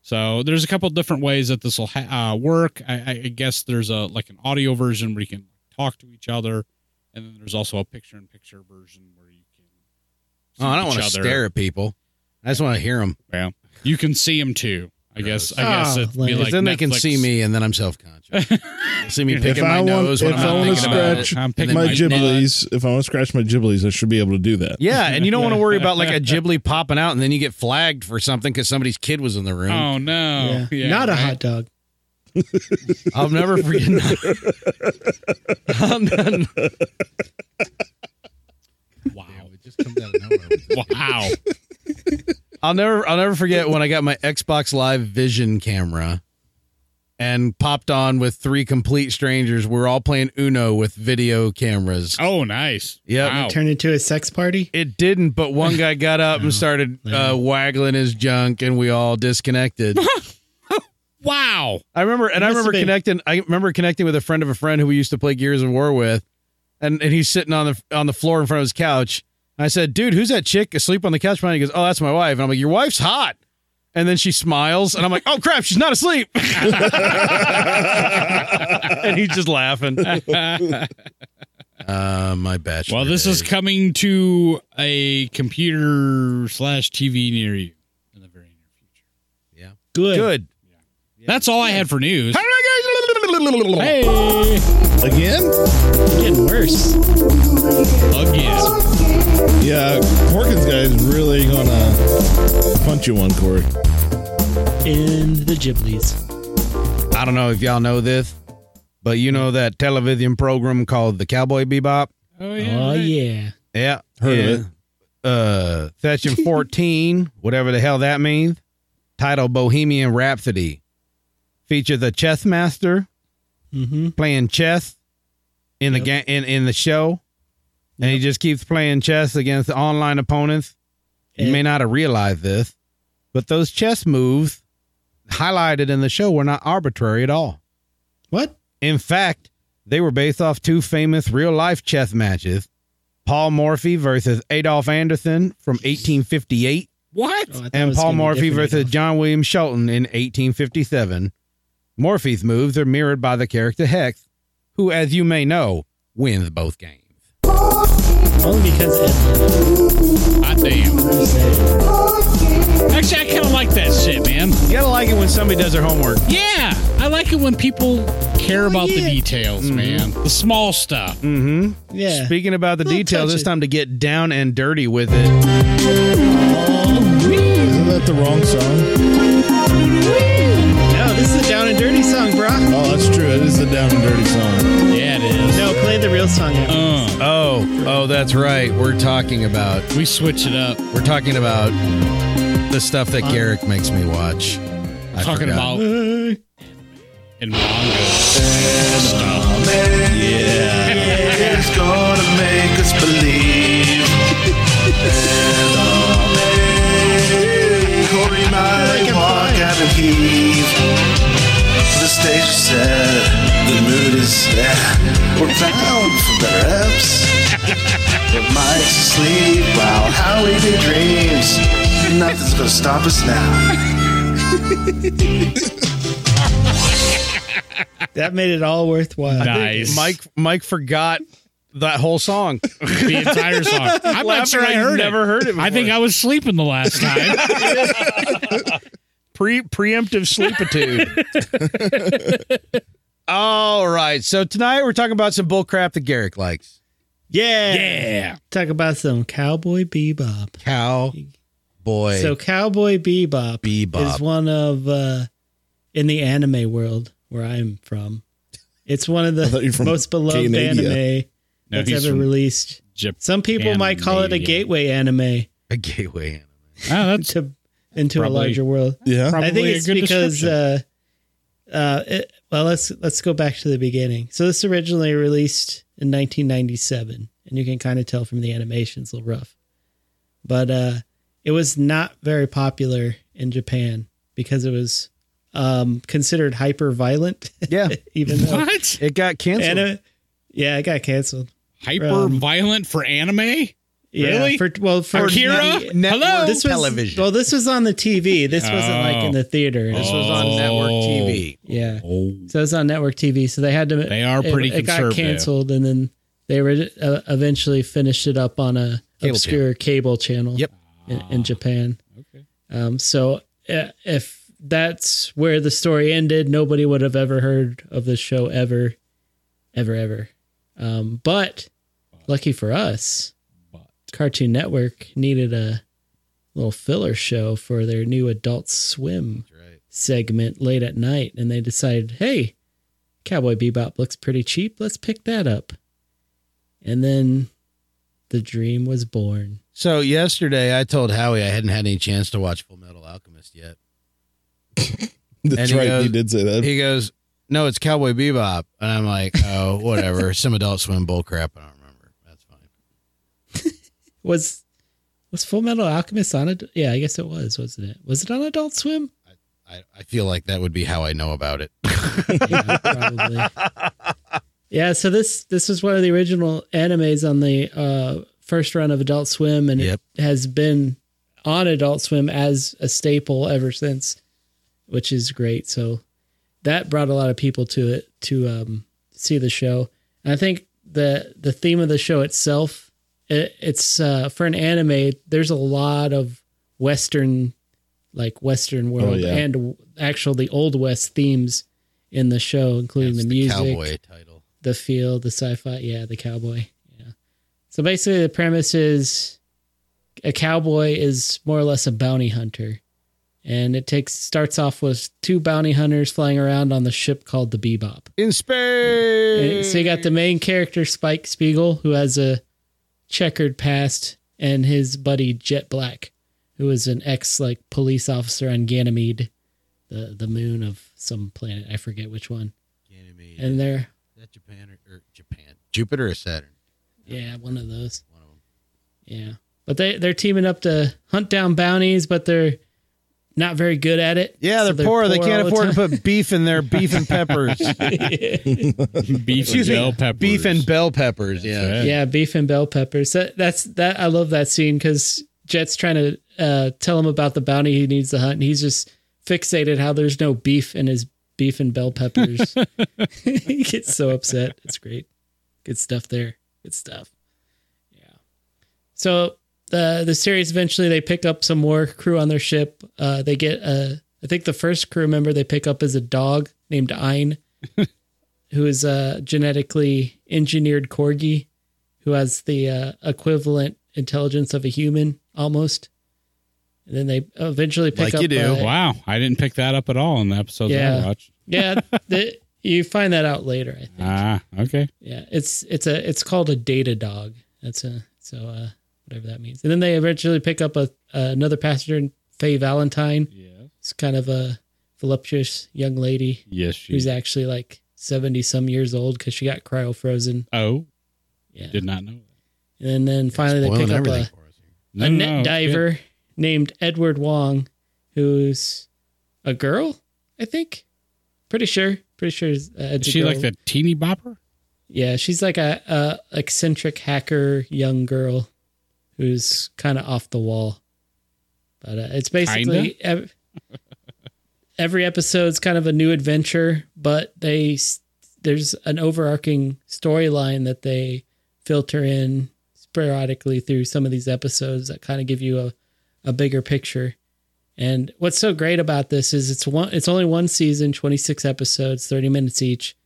So there's a couple different ways that this will ha- uh, work. I, I I guess there's a like an audio version where you can talk to each other, and then there's also a picture-in-picture version where you can. see Oh, I don't each want to other. stare at people. I just want to hear them. Yeah, you can see them too. I guess. I Gross. guess Oh, it'd be Lance. like then they can Netflix. see me, and then I'm self conscious. see me picking If my I want- nose when if I'm I not wanna thinking about scratch it. I'm And picking then My my Ghiblies. If I want to scratch my Ghiblies, I should be able to do that. Yeah, and you don't want to worry about like a Ghibli popping out, and then you get flagged for something because somebody's kid was in the room. Oh no! yeah. not a hot dog. I'll never forget. I'm done. Wow! It just comes out of nowhere. Wow! I'll never I'll never forget when I got my Xbox Live Vision camera and popped on with three complete strangers. We're all playing Uno with video cameras. Oh, nice! Yep. Wow. Turn into a sex party. It didn't, but one guy got up and started uh, waggling his junk, and we all disconnected. Wow! I remember, and I Must have remember been- connecting. I remember connecting with a friend of a friend who we used to play Gears of War with, and and he's sitting on the on the floor in front of his couch. And I said, "Dude, who's that chick asleep on the couch?" behind you?" He goes, "Oh, that's my wife." And I'm like, "Your wife's hot." And then she smiles, and I'm like, "Oh crap, she's not asleep." and he's just laughing. Uh, my bachelor. Well, this is days. coming to a computer slash TV near you in the very near future. Good. good. That's all I had for news. Hey, Again? Getting worse. again. Yeah, Corkin's guy's really gonna punch you one, Corey. In the Ghiblies. I don't know if y'all know this, but you know that television program called The Cowboy Bebop. Oh Oh yeah. Yeah. Heard of it. Uh section 14, whatever the hell that means. Title Bohemian Rhapsody. Features a chess master Mm-hmm. playing chess in the ga- in, in the show. And he just keeps playing chess against online opponents. You Eh. may not have realized this, but those chess moves highlighted in the show were not arbitrary at all. What? In fact, they were based off two famous real life chess matches Paul Morphy versus Adolf Anderson from 1858 What? Oh, I thought it and was Paul gonna be Morphy different versus enough. John William Shelton in 1857. Morphy's moves are mirrored by the character Hex, who, as you may know, wins both games. Only because Ed Hot damn. Leonard said it. Actually, I kind of like that shit, man. You gotta like it when somebody does their homework. Yeah, I like it when people care about the details, man. The small stuff. Yeah. Mm-hmm. Speaking about the Little details, it's touches. time to get down and dirty with it. Isn't that the wrong song? No, this is a down and dirty song, bro. Oh, that's true. It is a down and dirty song. Yeah, it is. No, play the real song. After. Uh, Oh, oh, that's right. We're talking about we switch it up. we're talking about the stuff that Garrick makes me watch. I talking forgot. about in manga. It's gonna make us believe. And Corey and I walk out of here. The stage is set, the mood is set. We're bound for better ups. But Mike's asleep while Howie daydreams. Nothing's gonna stop us now. That made it all worthwhile. Nice. Mike. Mike forgot that whole song. the entire song. I'm not sure I heard never it. heard it. I think I was sleeping the last time. pre preemptive sleepitude. All right, so tonight we're talking about some bull crap that Garrick likes. Yeah. yeah. Talk about some Cowboy Bebop. Cow, boy, So Cowboy Bebop, Bebop. is one of uh in the anime world where I'm from. It's one of I thought you were the from most beloved Canada. anime No, that's he's ever from released. Jap- Some people might call it a Japanmania. gateway anime a gateway. Oh, that's to into Probably- a larger world. Yeah. probably I think it's a good because description. uh, uh, it, well, let's let's go back to the beginning. So this originally released in 1997, and you can kind of tell from the animation it's a little rough, but uh, it was not very popular in Japan because it was um, considered hyper violent. Yeah, even though what it got canceled. anime, yeah, it got canceled. hyper um, violent for anime? Yeah, Really? For well, for Akira? Network Hello? This was television. well. This was on the TV. This wasn't like Oh. in the theater. this was on network Oh. TV. Yeah. Oh, So it's on network TV. So they had to. They are it- pretty It, got conservative. canceled, and then they were uh, eventually finished it up on a Cable obscure cable channel. Yep. In, in Japan. Okay. Um. So uh, if that's where the story ended, nobody would have ever heard of this show ever, ever, ever. Um. But lucky for us, Cartoon Network needed a little filler show for their new Adult Swim segment late at night, and they decided, hey, Cowboy Bebop looks pretty cheap. Let's pick that up. And then the dream was born. So yesterday, I told Howie I hadn't had any chance to watch Full Metal Alchemist yet. And That's he right. goes- he did say that. He goes, "No, it's Cowboy Bebop," and I'm like, "Oh, whatever. Some Adult Swim bull crap. I don't remember. That's fine." Was was Full Metal Alchemist on it? Yeah, I guess it was, wasn't it? Was it on Adult Swim? I, I feel like that would be how I know about it. Yeah, probably. yeah, so this this was one of the original animes on the uh, first run of Adult Swim, and Yep. it has been on Adult Swim as a staple ever since, which is great. So that brought a lot of people to it to um, see the show, and I think the the theme of the show itself, it, it's uh, for an anime. There's a lot of Western, like Western world yeah. and actual the old West themes in the show, including It's the music, cowboy title. the feel, the sci-fi. Yeah, the cowboy. Yeah. So basically, the premise is a cowboy is more or less a bounty hunter, and it takes starts off with two bounty hunters flying around on the ship called the Bebop. in And space. so you got the main character Spike Spiegel, who has a checkered past, and his buddy Jet Black, who is an ex like police officer on Ganymede, the the moon of some planet. I forget which one. Ganymede. And they're Is that Japan or, or Japan? Jupiter or Saturn? yeah, one of those. One of them. Yeah. But they, they're teaming up to hunt down bounties, but they're not very good at it. Yeah, So they're, poor. They all can't the afford to time. put beef in their beef and peppers. beef and Excuse bell me, peppers. beef and bell peppers. yeah. right. Yeah, beef and bell peppers. That, that's that. I love that scene because Jet's trying to uh, tell him about the bounty he needs to hunt, and he's just fixated how there's no beef in his beef and bell peppers. he gets so upset. It's great. Good stuff there. Good stuff. Yeah. So the the series eventually they pick up some more crew on their ship. Uh, they get a I think the first crew member they pick up is a dog named Ein, who is a genetically engineered corgi, who has the uh, equivalent intelligence of a human almost. And then they eventually pick Like up. you do. uh, Oh, Wow, I didn't pick that up at all in the episodes Yeah. I watched. yeah, the, you find that out later. I think. Ah, okay. Yeah, it's it's a it's called a data dog. That's a so uh, whatever that means. And then they eventually pick up a another passenger, Faye Valentine. Yeah. It's kind of a voluptuous young lady Yes, she. who's actually like seventy some years old because she got cryo frozen. Oh, Yeah, did not know. that. and then finally they pick Spoiling up everything a, for us here. No, a no, net no, it's diver named Edward Wong, who's a girl, I think. Pretty sure. Pretty sure. it's, Uh, good. it's Is a she like girl. the teeny bopper? Yeah, she's like a, a eccentric hacker young girl who's kind of off the wall. But uh, it's basically ev- every episode's kind of a new adventure, but they s- there's an overarching storyline that they filter in sporadically through some of these episodes that kind of give you a, a bigger picture. And what's so great about this is it's one it's only one season, 26 episodes, 30 minutes each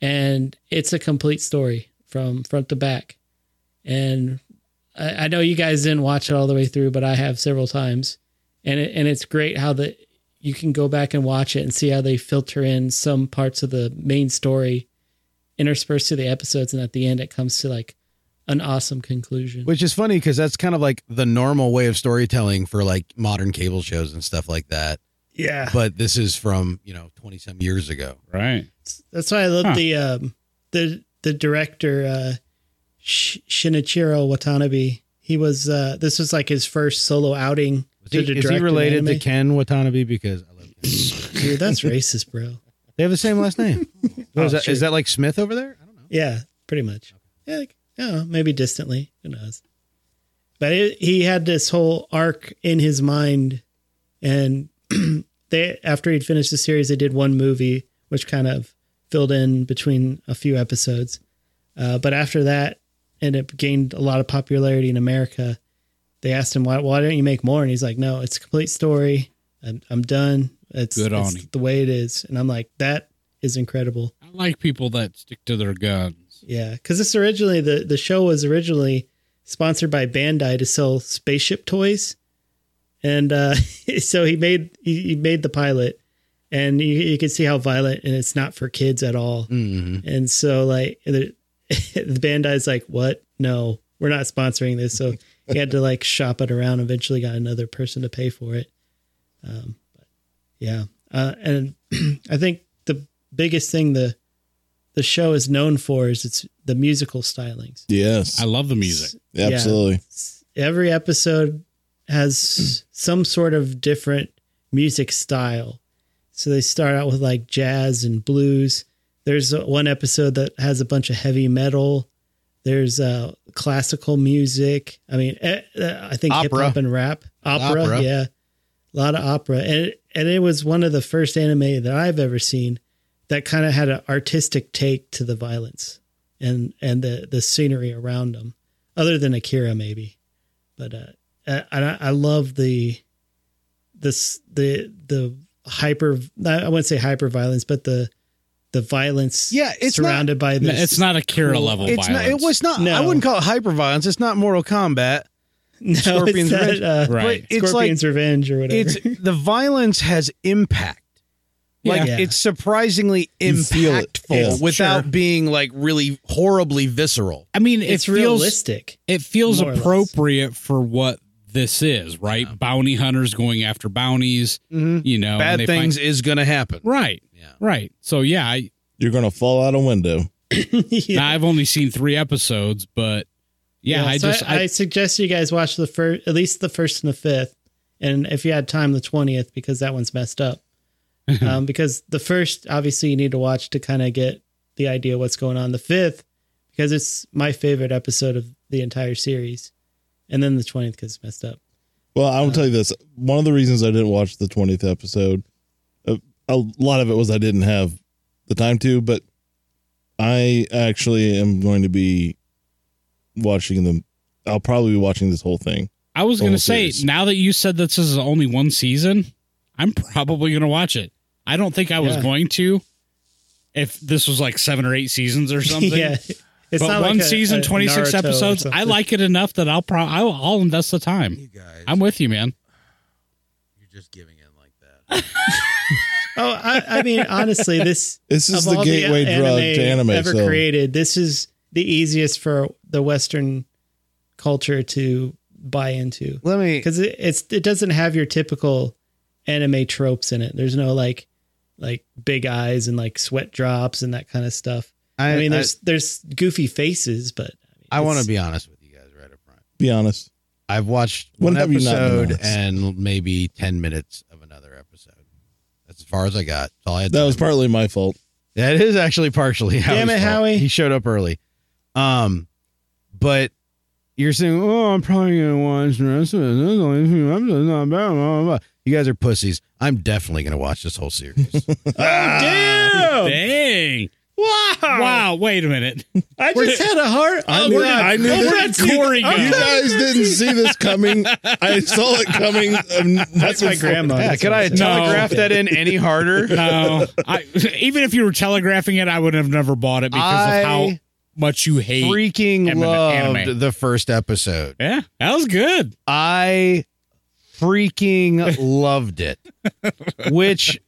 and it's a complete story from front to back. And I, I know you guys didn't watch it all the way through, but I have several times, and it, and it's great how the you can go back and watch it and see how they filter in some parts of the main story, interspersed to the episodes, and at the end it comes to like an awesome conclusion. Which is funny because that's kind of like the normal way of storytelling for like modern cable shows and stuff like that. yeah, But this is from, you know, 20 some years ago. Right. that's why I love Huh. the um, the the director uh, Sh- Shinichiro Watanabe. He was uh, this was like his first solo outing. Is he, is to he direct an related to anime. Ken Watanabe? Because I love Ken. Dude, that's racist, bro. they have the same last name. What is Oh, that? shoot. Is that like Smith over there? I don't know. Yeah, pretty much. Yeah, like, yeah, maybe distantly. Who knows? But it, he had this whole arc in his mind, and they after he'd finished the series, they did one movie, which kind of filled in between a few episodes. Uh, but after that, and it gained a lot of popularity in America. They asked him why why don't you make more, and he's like, no, it's a complete story. I'm, I'm done. It's, Good on it's him. the way it is, and I'm like, that is incredible. I like people that stick to their guns. Yeah, because this originally the the show was originally sponsored by Bandai to sell spaceship toys, and uh, so he made he, he made the pilot, and you you can see how violent and it's not for kids at all. Mm-hmm. And so like the, the Bandai's like, what? No, we're not sponsoring this. So he had to like shop it around. Eventually, got another person to pay for it. Um, but yeah, uh, and I think the biggest thing the the show is known for is it's the musical stylings. Yes. I love the music. yeah. Absolutely. Every episode has Hmm. some sort of different music style. So they start out with like jazz and blues. There's one episode that has a bunch of heavy metal. There's uh, classical music. I mean, eh, eh, I think hip Opera. hop and rap, opera, Opera. yeah, a lot of opera. And and it was one of the first anime that I've ever seen that kind of had an artistic take to the violence and and the the scenery around them, other than Akira maybe. But uh, I, I I love the this the the hyper I wouldn't say hyper violence, but the the violence Yeah, it's not- surrounded by No, this It's not a Kira cool. level It's not, violence. it was not, I No. wouldn't call it hyper violence. It's not Mortal Kombat. no, it's Scorpion's that, Revenge. uh, right. But it's like, Scorpion's Revenge or whatever. it's the violence has impact. Like Yeah. it's surprisingly You feel it. impactful Yeah. without Sure. being like really horribly visceral. I mean, it's it feels realistic. it feels More or less. appropriate for what this is, right? Bounty hunters going after bounties, you know, and Bad they find- things is going to happen. right. Yeah. Right. So yeah, I You're gonna fall out a window. yeah. I've only seen three episodes, but yeah, I so just I, I, I suggest you guys watch the first, at least the first and the fifth, and if you had time, the twentieth, because that one's messed up. um, because the first, obviously, you need to watch to kind of get the idea what's going on. The fifth, because it's my favorite episode of the entire series, and then the twentieth because it's messed up. Well, I'll tell you this. One of the reasons I didn't watch the 20th episode, a, a lot of it was I didn't have the time to, but I actually am going to be watching them. I'll probably be watching this whole thing I was going to Whole say, series. now that you said this is only one season, I'm probably going to watch it. I don't think I was Yeah. going to if this was like seven or eight seasons or something. yeah, it's but not one like a- season, a 26 Naruto or episodes. I something. like it enough that I'll probably I'll, I'll invest the time. You guys, I'm with you, man. you're just giving in like that. Oh, I, I mean, honestly, this This is of the all gateway a- drug to anime. ever so created. This is the easiest for the Western culture to buy into Let me. because it, it's it doesn't have your typical anime tropes in it. There's no like like big eyes and like sweat drops and that kind of stuff. I, mean, there's there's goofy faces, but I want it's- to be honest with you guys right up front. be honest. I've watched When one have you not been episode honest? and maybe 10 minutes of another episode. That's as far as I got. That's all I had That time was for. partly my fault. That is actually partially Howie's Damn it, fault. Howie. He showed up early. Um, but you're saying, oh, I'm probably gonna watch the rest of it. There's only a few episodes, not bad. Blah, blah, blah. You guys are pussies. I'm definitely gonna watch this whole series. Oh, Dang. Wow. Wow. Wait a minute. I just had a heart. I knew, I knew Where'd Corey go? You guys didn't see this coming. I saw it coming. Um, That's my grandma. yeah, That's could what I said. telegraph that in any harder? No, I, even if you were telegraphing it, I would have never bought it because I of how much you hate. freaking anime- loved anime. the first episode. yeah, that was good. I freaking loved it. Which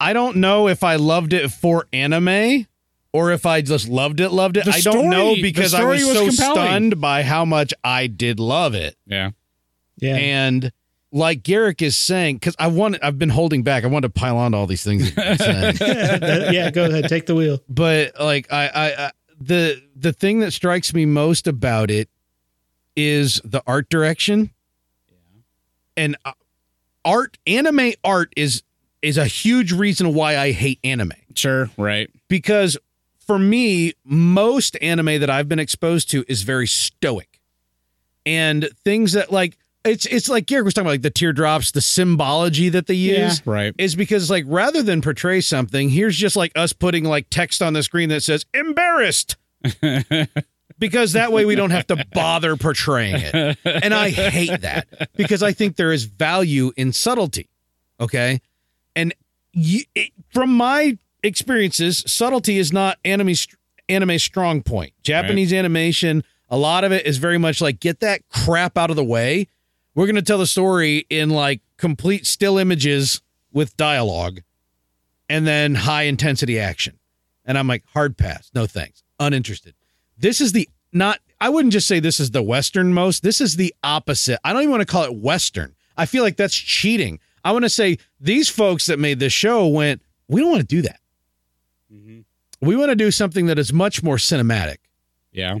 I don't know if I loved it for anime or if I just loved it, loved it. The I don't know story- because the I was, story was so compelling. stunned by how much I did love it. Yeah. Yeah. And like Garrick is saying, because I want I've been holding back. I wanted to pile on to all these things. that you've been saying. That- yeah, go ahead, take the wheel. but like I, I, I the the thing that strikes me most about it is the art direction and uh, art anime art is is a huge reason why i hate anime Sure. Right. because for me most anime that i've been exposed to is very stoic and things that like it's it's like Garrick was talking about like the teardrops the symbology that they use Right. is because like rather than portray something, here's just like us putting like text on the screen that says embarrassed. because that way we don't have to bother portraying it. And I hate that because I think there is value in subtlety. Okay? And you, it, from my experiences, subtlety is not anime str- anime strong point. Japanese animation, a lot of it is very much like get that crap out of the way. We're going to tell the story in like complete still images with dialogue and then high intensity action. And I'm like, hard pass. No thanks. Uninterested. This is the not, I wouldn't just say this is the Western most. This is the opposite. I don't even want to call it Western. I feel like that's cheating. I want to say these folks that made this show went, we don't want to do that. We want to do something that is much more cinematic Yeah.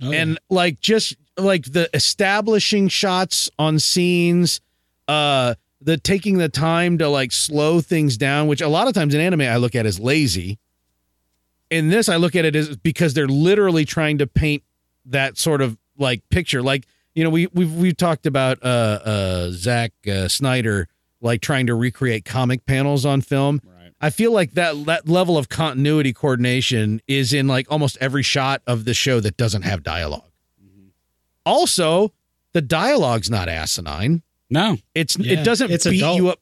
and like just like the establishing shots on scenes uh the taking the time to like slow things down which a lot of times in anime i look at as lazy in this i look at it as because they're literally trying to paint that sort of like picture like you know we we've we've talked about uh uh zach uh, snyder like trying to recreate comic panels on film Right. I feel like that that level of continuity coordination is in like almost every shot of the show that doesn't have dialog Mm-hmm. Also, the dialogue's not asinine. No. It's Yeah, it doesn't it's beat adult. you up.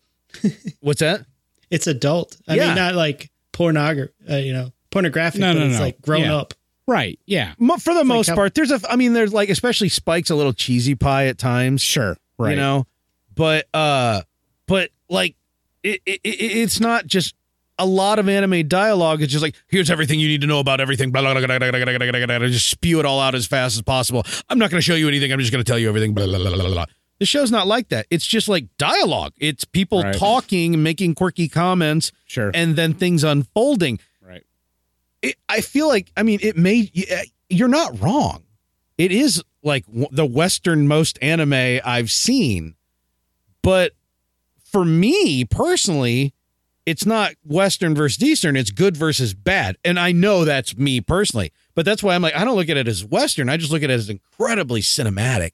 What's that? It's adult. I Yeah. mean, not like pornography. Uh, you know, pornographic. No, but no, it's no. like grown Yeah. up. Right. Yeah. Mo- For the most how- part, there's a. I mean, there's like especially Spike's a little cheesy pie at times. Sure. Right. you know but uh but like it, it, it it's not just a lot of anime dialogue it's just like here's everything you need to know about everything blah, blah, blah, blah, blah, blah, blah, blah, blah, blah. just spew it all out as fast as possible i'm not going to show you anything i'm just going to tell you everything blah, blah, blah, blah, blah, blah. the show's not like that it's just like dialogue it's people Right. talking making quirky comments sure. and then things unfolding. Right. It, I feel like I mean it may eh, you're not wrong. It is like w- the westernmost anime I've seen, but for me personally, it's not western versus eastern. It's good versus bad, and I know that's me personally. But that's why I'm like I don't look at it as western. I just look at it as incredibly cinematic.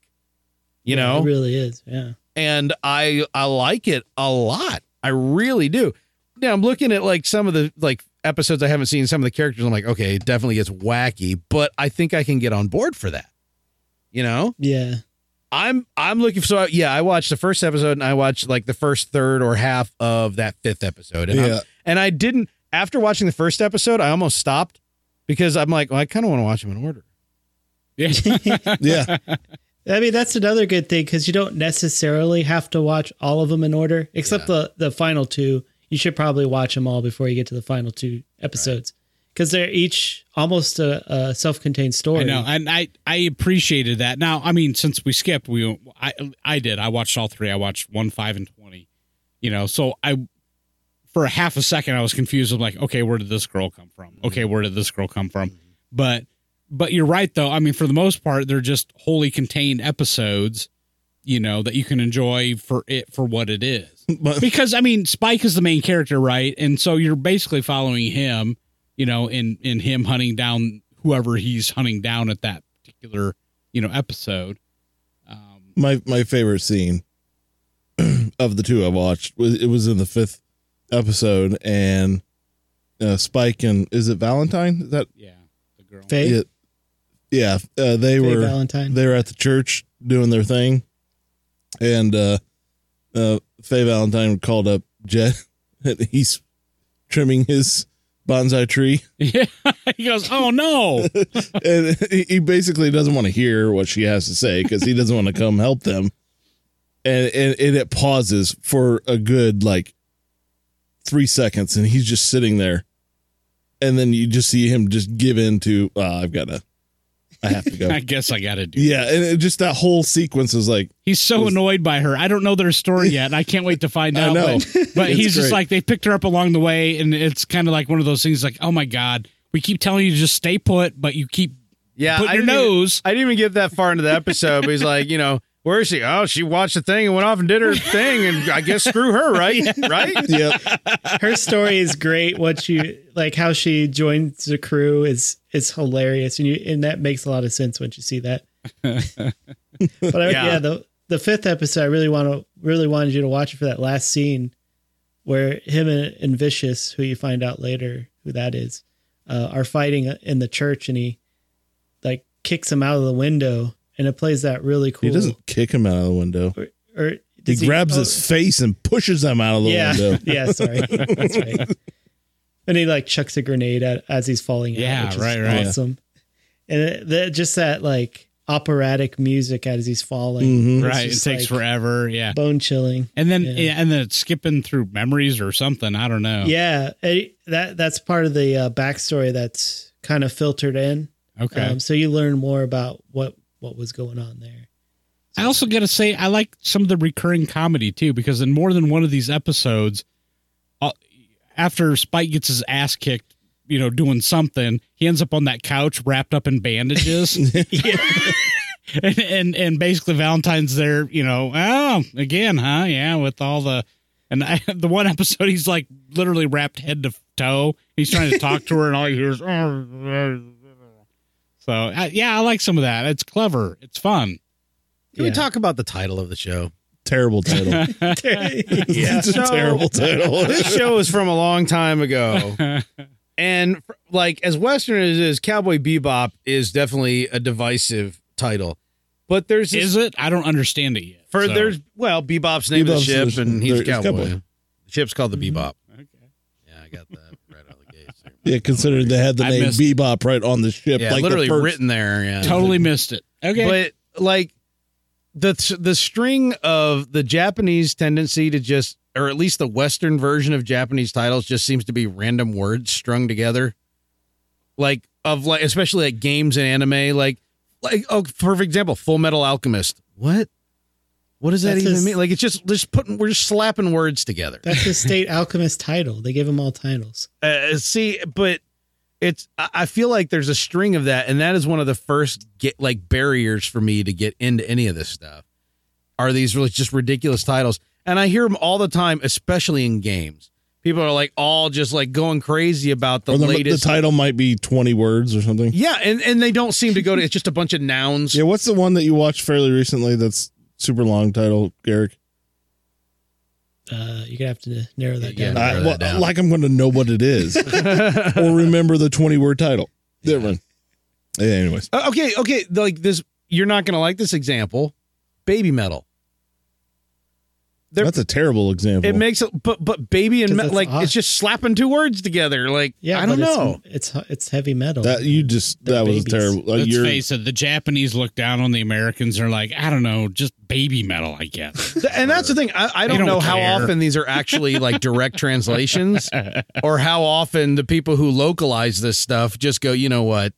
You know, It really is. Yeah. and I I like it a lot. I really do. Now I'm looking at like some of the like episodes I haven't seen. Some of the characters I'm like, okay, it definitely gets wacky, but I think I can get on board for that. You know, Yeah. I'm I'm looking for so I, yeah, I watched the first episode and I watched like the first third or half of that fifth episode. And I'm- Yeah. and I didn't after watching the first episode, I almost stopped because I'm like, well, I kind of want to watch them in order. Yeah. Yeah. I mean, that's another good thing because you don't necessarily have to watch all of them in order, except the the final two. You should probably watch them all before you get to the final two episodes because they're each almost a, a self-contained story. I know, and I I appreciated that. Now, I mean, since we skipped, we I I did. I watched all three. I watched one, five, and twenty. You know, so I for a half a second I was confused. I'm like, okay, where did this girl come from? Okay, where did this girl come from? But but you're right though. I mean, for the most part, they're just wholly contained episodes. You know that you can enjoy for it for what it is. But because I mean, Spike is the main character, right? And so you're basically following him, you know, in in him hunting down whoever he's hunting down at that particular, you know, episode. Um, my my favorite scene of the two I watched was it was in the fifth episode and uh, Spike and is it Valentine? Is that yeah, the girl. Faye, yeah, yeah uh, they Faye were Valentine. they were at the church doing their thing, and uh, uh, Faye Valentine called up Jed, and he's trimming his bonsai tree, Yeah, he goes, oh no, and he- he basically doesn't want to hear what she has to say because he doesn't want to come help them, and, and and it pauses for a good like three seconds, and he's just sitting there, and then you just see him just give in to "Ah, I've got to, I have to go. I guess I got to do. Yeah, and it, just that whole sequence is like, He's so annoyed by her. I don't know their story yet, and I can't wait to find I out. know. But, but It's he's just great. like they picked her up along the way, and it's kind of like one of those things. Like, oh my god, we keep telling you to just stay put, but you keep Yeah, putting your didn't even- nose. I didn't even get that far into the episode, but he's like, you know, where is she? Oh, she watched the thing and went off and did her thing, and I guess screw her, right? Right? yep, Her story is great. What you like, how she joins the crew is is hilarious, and you and that makes a lot of sense once you see that. but I, Yeah. yeah, the the fifth episode, I really want to really wanted you to watch it for that last scene where him and, and Vicious, who you find out later who that is, uh, are fighting in the church, and he like kicks him out of the window, and it plays that really cool. he doesn't kick him out of the window. or, or He does grabs oh, his face and pushes him out of the yeah, window. yeah. Sorry, that's right. And he like chucks a grenade at as he's falling. Yeah, out, which is right, right. Awesome. And it, that just that like operatic music as he's Mm-hmm. falling, Mhm. It's Right, it just takes like- forever. Yeah, bone chilling. And then Yeah. yeah, and then it's skipping through memories or something. I don't know. Yeah, it- that that's part of the uh, backstory that's kind of filtered in. Okay. Um, so you learn more about what what was going on there. I also got to say I like some of the recurring comedy too because in more than one of these episodes uh, after Spike gets his ass kicked, you know, doing something, he ends up on that couch wrapped up in bandages. and, and and basically Valentine's there, you know, oh, again, huh? Yeah, with all the and I, the one episode he's like literally wrapped head to toe. He's trying to talk to her and all he hears "Oh, So, I, yeah, I like some of that. It's clever. It's fun. Can we Yeah. talk about the title of the show? Terrible title. it's a So- terrible title. this show is from a long time ago. And f- like as western as it is, Cowboy Bebop is definitely a divisive title. But there's this, Is it? I don't understand it yet. for so- there's well, Bebop's name Bebop's of the ship the- and he's a the- he's cowboy. cowboy. The ship's called the Bebop. Yeah, I got that right out of the gate. there. yeah, considering they had the I name missed- Bebop right on the ship, Yeah, like the literally first- written there. Yeah. totally missed it. Okay. But like the the string of the Japanese tendency to just, or at least the Western version of Japanese titles, just seems to be random words strung together. Like of like, especially like games and anime. Like like oh, for example, Full Metal Alchemist. What? What does that That's even just- mean? Like it's just just putting we're just slapping words together. That's the state alchemist title. They give them all titles. Uh, see, but it's I I feel like there's a string of that, and that is one of the first get like barriers for me to get into any of this stuff. Are these really just ridiculous titles? And I hear them all the time, especially in games. People are like all just like going crazy about the, or the, the latest. title might be twenty words or something. yeah, and, and they don't seem to go to. It's just a bunch of nouns. Yeah, what's the one that you watched fairly recently? That's super long title, Garrick. Uh, you're gonna have to narrow that down. Yeah. I, narrow that well, down. like I'm going to know what it is, or remember the twenty word title. Different. Yeah. Anyways, Uh, okay, okay. Like this, you're not going to like this example, baby metal. They're- That's a terrible example. It makes it, but but baby and 'Cause me- that's like odd. it's just slapping two words together. Like Yeah, I don't but know. It's it's, it's heavy metal. that you just They're that was a babies. terrible. Like Let's you're, face it, the Japanese look down on the Americans. They're like, I don't know, just baby metal, I guess. Th- And that's the thing. I, I They don't, don't know how care. often these are actually like direct translations, or how often the people who localize this stuff just go, you know what,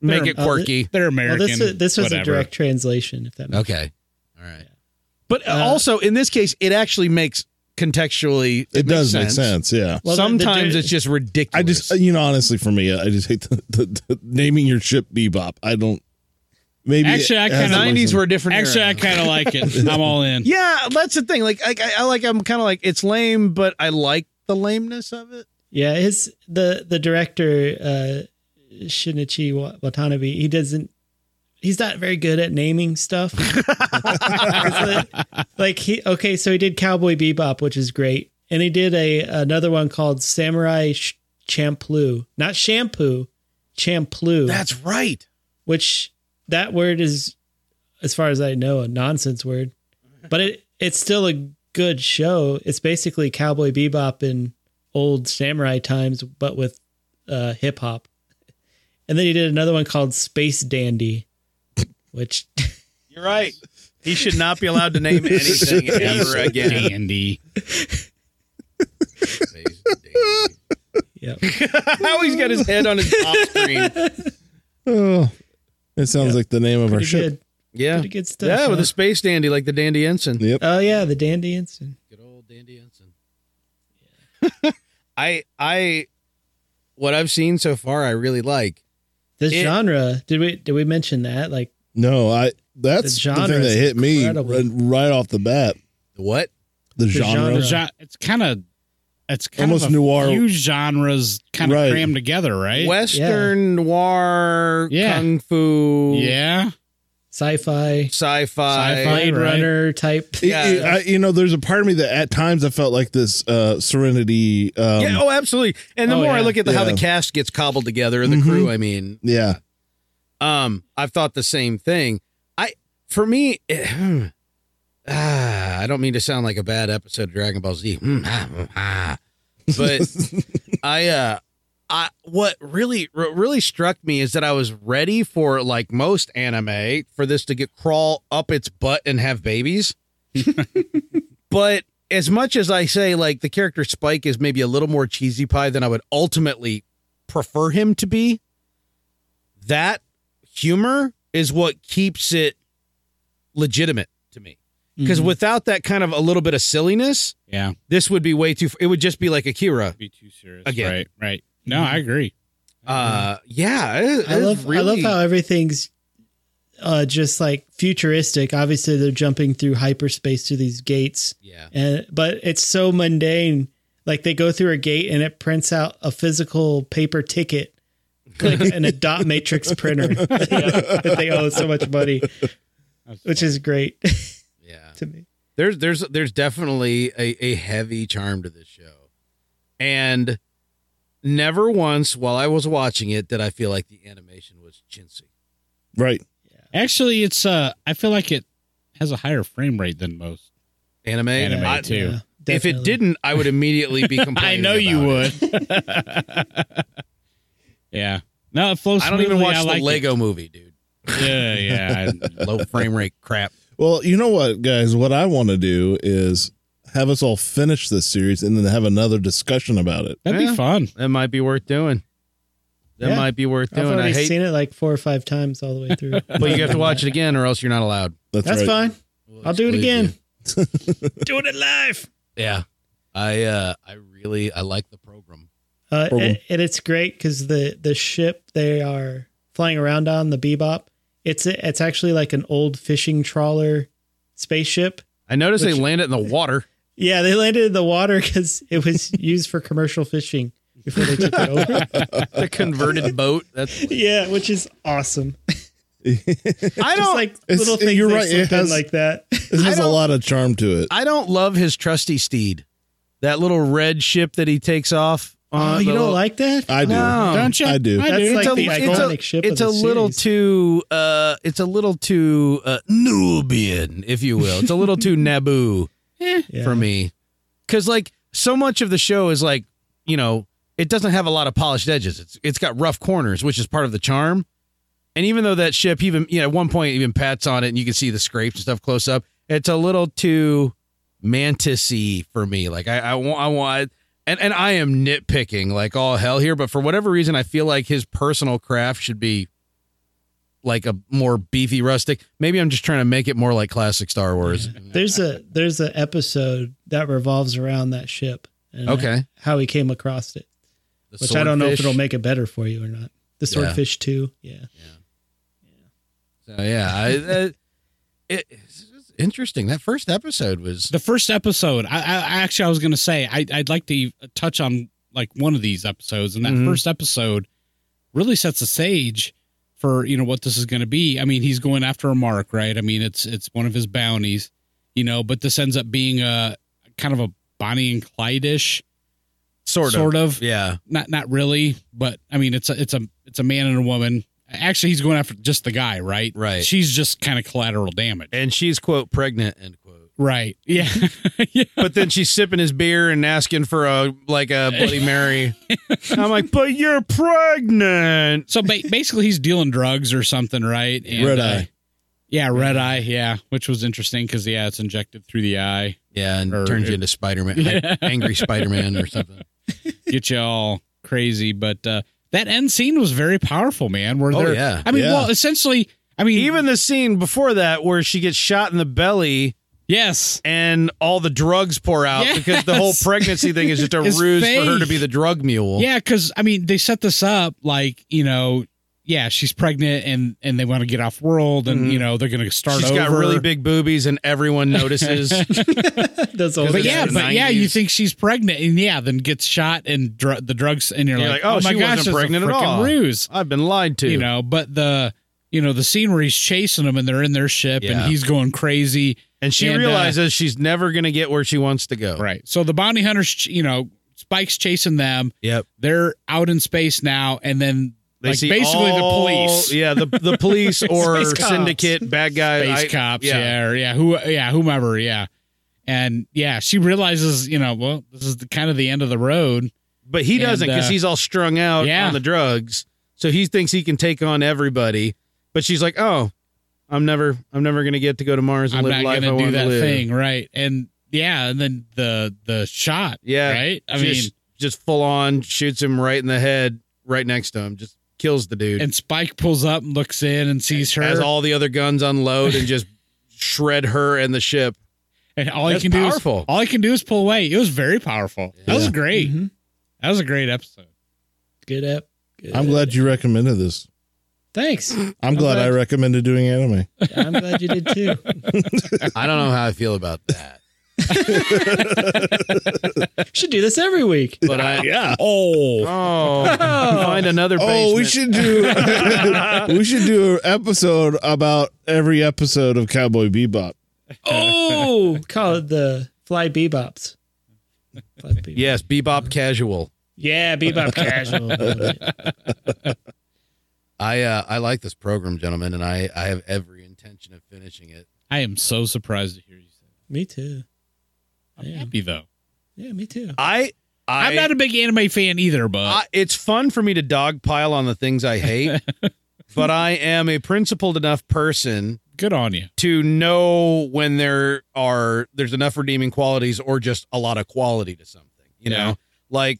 make it Oh, thi- quirky. They're well, American. this was, this was a whatever. direct translation. If that makes Okay, all right. But Uh, also in this case, it actually makes contextually. it makes does make sense. Yeah. Well, the- the Sometimes dir- it's just ridiculous. I just, uh, you know, honestly, for me, I just hate the, the, the naming your ship Bebop. I don't. Maybe Actually, I it has kinda- a nineties reason. were a different. era. Actually, I kind of like it. I'm all in. yeah, that's the thing. Like I, I, I like. I'm kind of like it's lame, but I like the lameness of it. Yeah, his the the director uh Shinichi Wa- Watanabe, he doesn't he's not very good at naming stuff. It's like, like he okay, so he did Cowboy Bebop, which is great. And he did a another one called Samurai Sh- Champloo. Not shampoo, Champloo, That's right. which that word is as far as I know a nonsense word. But it it's still a good show. It's basically Cowboy Bebop in old samurai times, but with uh, hip hop. And then he did another one called Space Dandy, which You're right. He should not be allowed to name anything ever again. Dandy. Space dandy. yeah, Now he's got his head on his top screen. Oh, it sounds like the name of our pretty ship. good, Yeah. pretty good stuff. Yeah, with huh? a space dandy like the dandy ensign. Yep. oh yeah, the Dandy Instant. Good old Dandy Ensign. I I what I've seen so far I really like. The It- genre did we did we mention that? Like No, I. The That's the, genre thing is that hit me incredible. right, right off the bat. The What? The, genre. genre. The gen- it's kind of it's kind Almost of a noir. Few genres kind of Right. crammed together, right? Western noir Yeah. kung fu Yeah, sci-fi, sci-fi. Sci-fi. Blade Right. Runner type. It- Yeah. it- I, you know, there's a part of me that at times I felt like this uh, Serenity. Um, yeah, yeah. oh absolutely. And the Oh, more I yeah. look at the, how the Yeah. cast gets cobbled together, the Mhm. crew, I mean, um I've thought the same thing. I for me ah, I don't mean to sound like a bad episode of Dragon Ball Z. Hmm, ah, hmm, ah. But I uh I what really what really struck me is that I was ready for like most anime for this to get crawl up its butt and have babies. but as much as I say like the character Spike is maybe a little more cheesy pie than I would ultimately prefer him to be, that humor is what keeps it legitimate to me. Because Mm-hmm. Mhm. without that kind of a little bit of silliness, yeah. this would be way too. It would just be like Akira. Be too serious. Again. Right. Right. No, I agree. Uh, yeah, it- I it's love I love really- how everything's uh just like futuristic. Obviously they're jumping through hyperspace through these gates. Yeah. And but it's so mundane. Like they go through a gate and it prints out a physical paper ticket. Like in a dot matrix printer that they owe so much money, which is great Yeah. to me. there's there's there's definitely a, a heavy charm to this show, and never once while I was watching it did I feel like the animation was chintzy. Right. Actually, it's uh, I feel like it has a higher frame rate than most Anime, anime I- too. Yeah, If it definitely. didn't, I would immediately be I complaining. know you about it. would. yeah. No, it flows. I don't even smoothly. watch I the like it. Lego Movie, dude. Yeah, yeah. I- Low frame rate crap. Well, you know what, guys? What I want to do is have us all finish this series and then have another discussion about it. That'd Yeah. be fun. That might be worth doing. That Yeah. might be worth I've doing. already I hate, seen it like four or five times all the way through. but you have to watch it again, or else you're not allowed. That's, That's right. fine. We'll I'll do it exclude again. Doing it live. Yeah. I uh I really I like the program. Uh, Problem. and, and it's great because the the ship they are flying around on the Bebop, it's it's actually like an old fishing trawler spaceship. I noticed Which- they land it in the water. Yeah, they landed in the water because it was used for commercial fishing before they took it over. The converted boat. That's yeah, which is awesome. I Just don't like It's- little things you're they right, it slip in has- like that. This has a don't- lot of charm to it. I don't love his trusty steed. That little red ship that he takes off. oh, you don't like that? I do. No. Don't you? I do. I That's do. like It's a, the it's a- iconic ship. it's of a the little series. too uh it's a little too uh Nubian, if you will. It's a little too Naboo Yeah. Eh, for me. Cause like so much of the show is like, you know, it doesn't have a lot of polished edges. It's it's got rough corners, which is part of the charm. And even though that ship even you know, at one point even pats on it and you can see the scrapes and stuff close up, it's a little too mantisy for me. Like I, I want I want and, and I am nitpicking like all hell here, but for whatever reason I feel like his personal craft should be like a more beefy rustic. Maybe I'm just trying to make it more like classic Star Wars. There's a there's an episode that revolves around that ship. And uh, Okay. how he came across it, The which I don't know if swordfish. it'll make it better for you or not. The Yeah. swordfish too. Yeah. So yeah, I, uh, it, it's just interesting. That first episode was the first episode i, I actually i was going to say I, i'd like to e, touch on like one of these episodes and that Mhm. first episode really sets the stage for you know what this is going to be i mean he's going after a mark right i mean it's it's one of his bounties you know but this ends up being a kind of a bonnie and clyde-ish sort of, sort of yeah, not not really but i mean it's a it's a it's a man and a woman actually he's going after just the guy right Right. Eh. she's just kind of collateral damage and she's quote pregnant end quote. right yeah yeah But then she's sipping his beer and asking for a like a Bloody Mary. I'm like, but you're pregnant. So ba- basically, he's dealing drugs or something, right? And, Red uh, eye. yeah, red eye. Yeah, which was interesting because yeah, it's injected through the eye. Yeah, and Or- turns you into Spider Man, Yeah. angry Spider Man or something. Get you all crazy, but uh, that end scene was very powerful, man. Where Oh, they're, yeah. I mean, Yeah. well, essentially, I mean, Even the scene before that where she gets shot in the belly yes, and all the drugs pour out Yes. because the whole pregnancy thing is just a His ruse for her to face. be the drug mule. yeah, because I mean, they set this up like you know, yeah, she's pregnant and and they want to get off world and you know they're gonna start. Mm-hmm. She's over. got really big boobies and everyone notices. That's all. But Because it yeah, it's but the yeah, 90s. you think she's pregnant, and yeah, then gets shot and dr- the drugs, and you're, You're like, like, oh, oh, my she gosh, wasn't that's a pregnant at frickin' all. Ruse, I've been lied to. you know. But the you know the scene where he's chasing them and they're in their ship Yeah. and he's going crazy, and she and, uh, realizes she's never going to get where she wants to go. right? So the bounty hunters, ch- you know, Spike's chasing them. Yep. They're out in space now, and then They like see basically all- the police. Yeah, the, the police or Space cops. syndicate bad guys. Space cops, yeah. or yeah, who, yeah, whomever, yeah, and yeah, she realizes, you know, well, this is the, kind of the end of the road, But he And, doesn't because uh, he's all strung out yeah. on the drugs. So he thinks he can take on everybody. But she's like, oh, I'm never, I'm never going to get to go to Mars and I'm live not life gonna I do want that to live. thing, right? And yeah, and then the the shot, Yeah. right? I just, just full on shoots him right in the head, right next to him, just kills the dude. mean, and Spike pulls up and looks in and sees her, has all the other guns unload and just shred her and the ship. and all he That's can do powerful. Mm-hmm. is all he can do is pull away. It was very powerful. That was great. Mhm. That was a great episode. Good app. Good I'm glad you recommended this. Thanks. I'm glad glad- I recommended doing anime. I'm glad you did too. I don't know how I feel about that, Should do this every week. but I Yeah. oh oh find another. Oh, we basement. should do we should do an episode about every episode of Cowboy Bebop. Oh, call it the Fly Bebops. Fly Bebop. Yes, bebop casual. Yeah, Bebop Casual. I uh, I like this program, gentlemen, and I I have every intention of finishing it. I am so surprised to hear you say. me too. That. I'm Yeah. happy though. Yeah, me too. I, I uh, I, am not a big anime fan either, but I- it's fun for me to dogpile on the things I hate, but I am a principled enough person good on you. to know when there are there's enough redeeming qualities or just a lot of quality to something you Yeah. know like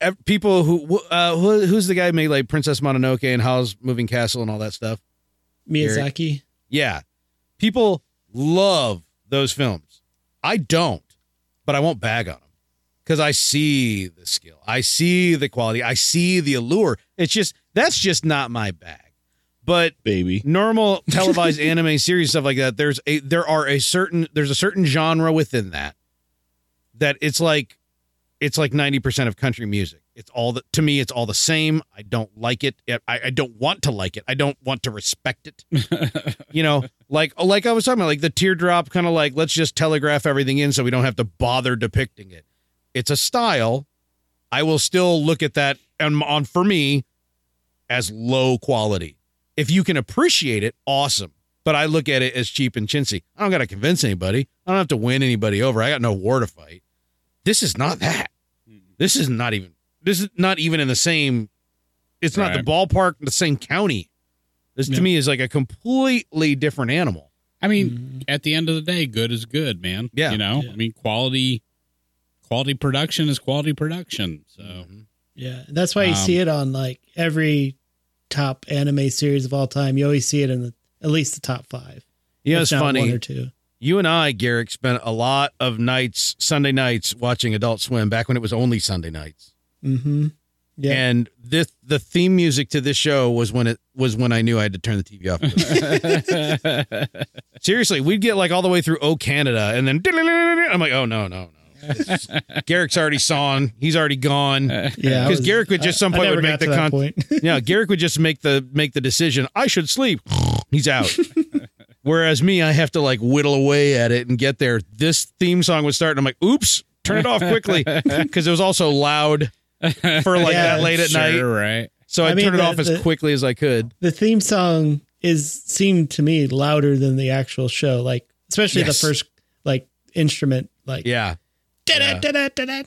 ev- people who wh- uh who, who's the guy who made like princess mononoke and how's moving castle and all that stuff Miyazaki. yeah people love those films i don't but i won't bag on them because i see the skill i see the quality i see the allure it's just that's just not my bag but Baby. normal televised anime series stuff like that there's a there are a certain there's a certain genre within that that it's like it's like 90% of country music it's all the to me it's all the same i don't like it i, I don't want to like it i don't want to respect it you know like like i was talking about like the teardrop kind of like let's just telegraph everything in so we don't have to bother depicting it it's a style I will still look at that and on for me as low quality. If you can appreciate it, awesome. But I look at it as cheap and chintzy. I don't got to convince anybody. I don't have to win anybody over. I got no war to fight. This is not that. Mm-hmm. This is not even. This is not even in the same. It's not the Right. ballpark, the same county. This Yeah. to me is like a completely different animal. I mean, Mm-hmm. at the end of the day, good is good, man. Yeah. You know, Yeah. I mean, quality, quality production is quality production. So Yeah, that's why you Um, see it on like every top anime series of all time. You always see it in the, at least the top five. You know, if it's not funny. One or two. you and I, Garrick, spent a lot of nights, Sunday nights, watching Adult Swim back when it was only Sunday nights. Mm-hmm. Yeah. And this the theme music to this show was when it was when I knew I had to turn the TV off. Seriously, we'd get like all the way through Oh Canada and then I'm like, oh no, no, no. It's- Garrick's already sawing. He's already gone. yeah. I Because was- Garrick would just some I point never would make got the to that con- point. yeah, Garrick would just make the make the decision. I should sleep. He's out. Whereas me, I have to like whittle away at it and get there. This theme song would start, and I'm like, "Oops, turn it off quickly," because it was also loud for like Yeah, that late at Sure, night. right? So I, I mean, turned it the- off as the- quickly as I could. the theme song is seemed to me louder than the actual show. Like especially Yes. the first like instrument. Like Yeah, da-da, da-da, da-da.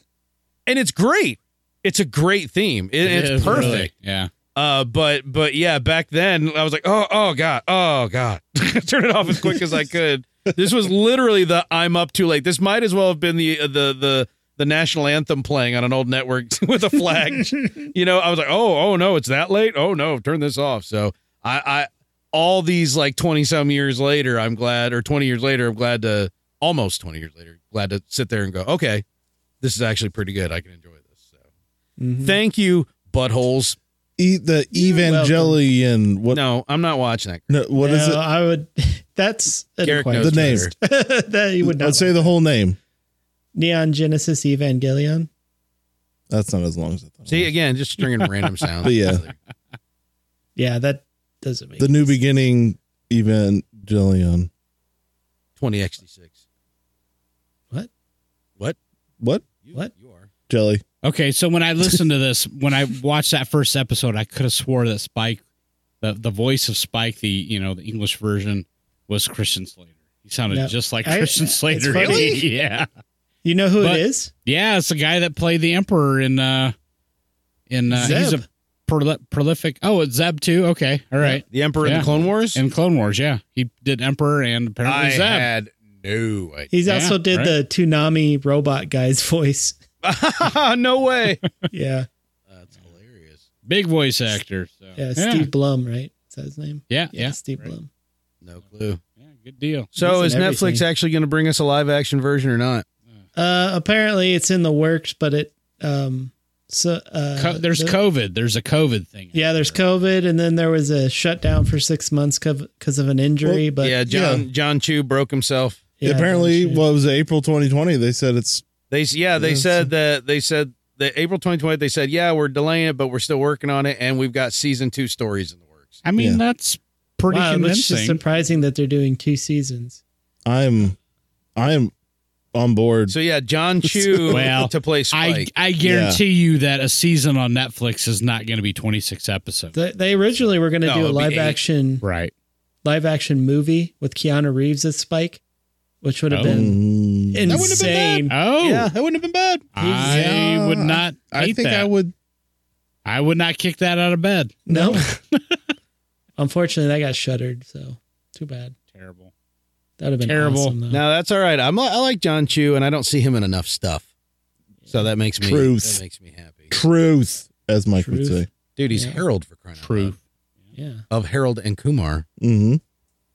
and it's great. It's a great theme. It, it's is, really. perfect. Yeah. Uh, but but yeah, back then I was like, oh oh god, oh god, turn it off as quick as I could. This was literally the I'm up too late. This might as well have been the the the the national anthem playing on an old network with a flag. you know, I was like, oh oh no, it's that late. Oh no, turn this off. So I I all these like twenty some years later, I'm glad, or twenty years later, I'm glad to almost twenty years later, glad to sit there and go, okay, this is actually pretty good. I can enjoy this. So Mhm. thank you, buttholes. Eat the Evangelion. What? No, I'm not watching that. No, what is No, I would. That's an Garrick knows The acquired name. taste. that you would it? not. I'd say the whole name. Neon Genesis Evangelion. That's not as long as I thought. See again, just stringing random sounds. But yeah. Yeah, that doesn't make the new beginning Evangelion. twenty sixty six. What What? You are. jelly? Okay, so when I listened to this, when I watched that first episode, I could have swore that Spike, the, the voice of Spike, the you know the English version, was Christian Slater. He sounded No, just like I- Christian it's Slater. funny. yeah, You know who But- it is? yeah, it's the guy that played the Emperor in uh in uh, he's Zeb. a prol- prolific. Oh, it's Zeb too. Okay, all right. The Emperor in Yeah. the Clone Wars? In Clone Wars, yeah, he did Emperor and apparently I Zeb. had no idea. He's Yeah, also did right. the Toonami robot guy's voice. no way. Yeah. That's hilarious. Big voice actor. So. Yeah. Steve Blum, right? Is that his name? Yeah, yeah, Steve Blum. No clue. yeah, good deal. So He's is in Netflix everything. actually going to bring us a live action version or not? Uh, apparently it's in the works, but it, um, so, uh, Co- there's the- COVID. There's a COVID thing. yeah, there's COVID. And then there was a shutdown for six months because of an injury, but yeah, John John Chu broke himself. yeah, Apparently, bullshit. what was it, April 2020? They said it's They s- yeah, they Yeah, said that they said that April 2020 they said, "Yeah, we're delaying it, but we're still working on it and we've got season 2 stories in the works." I mean, Yeah. that's pretty Wow, it's just convincing. surprising that they're doing two seasons. I'm I'm on board. So yeah, John Chu Well, to play I, Spike. I guarantee you that a season on Netflix is not going to be 26 episodes. They, they originally were going to No, do a it'd be live eight. action, Right. live action movie with Keanu Reeves as Spike, which would have Oh. been Mm, insane. Oh, yeah, that wouldn't have been bad. I Yeah, would not. I hate think that. I would. I would not kick that out of bed. No. Unfortunately, that got shuttered. So too bad. Terrible. That would have been Terrible. Awesome, though. No, that's all right. I'm li- I like John Chu, and I don't see him in enough stuff, so that makes me Truth. That makes me happy, Truth, as Mike would Truth. say. dude. He's Yeah. Harold for crying out Truth. Yeah. loud. of Harold and Kumar. hmm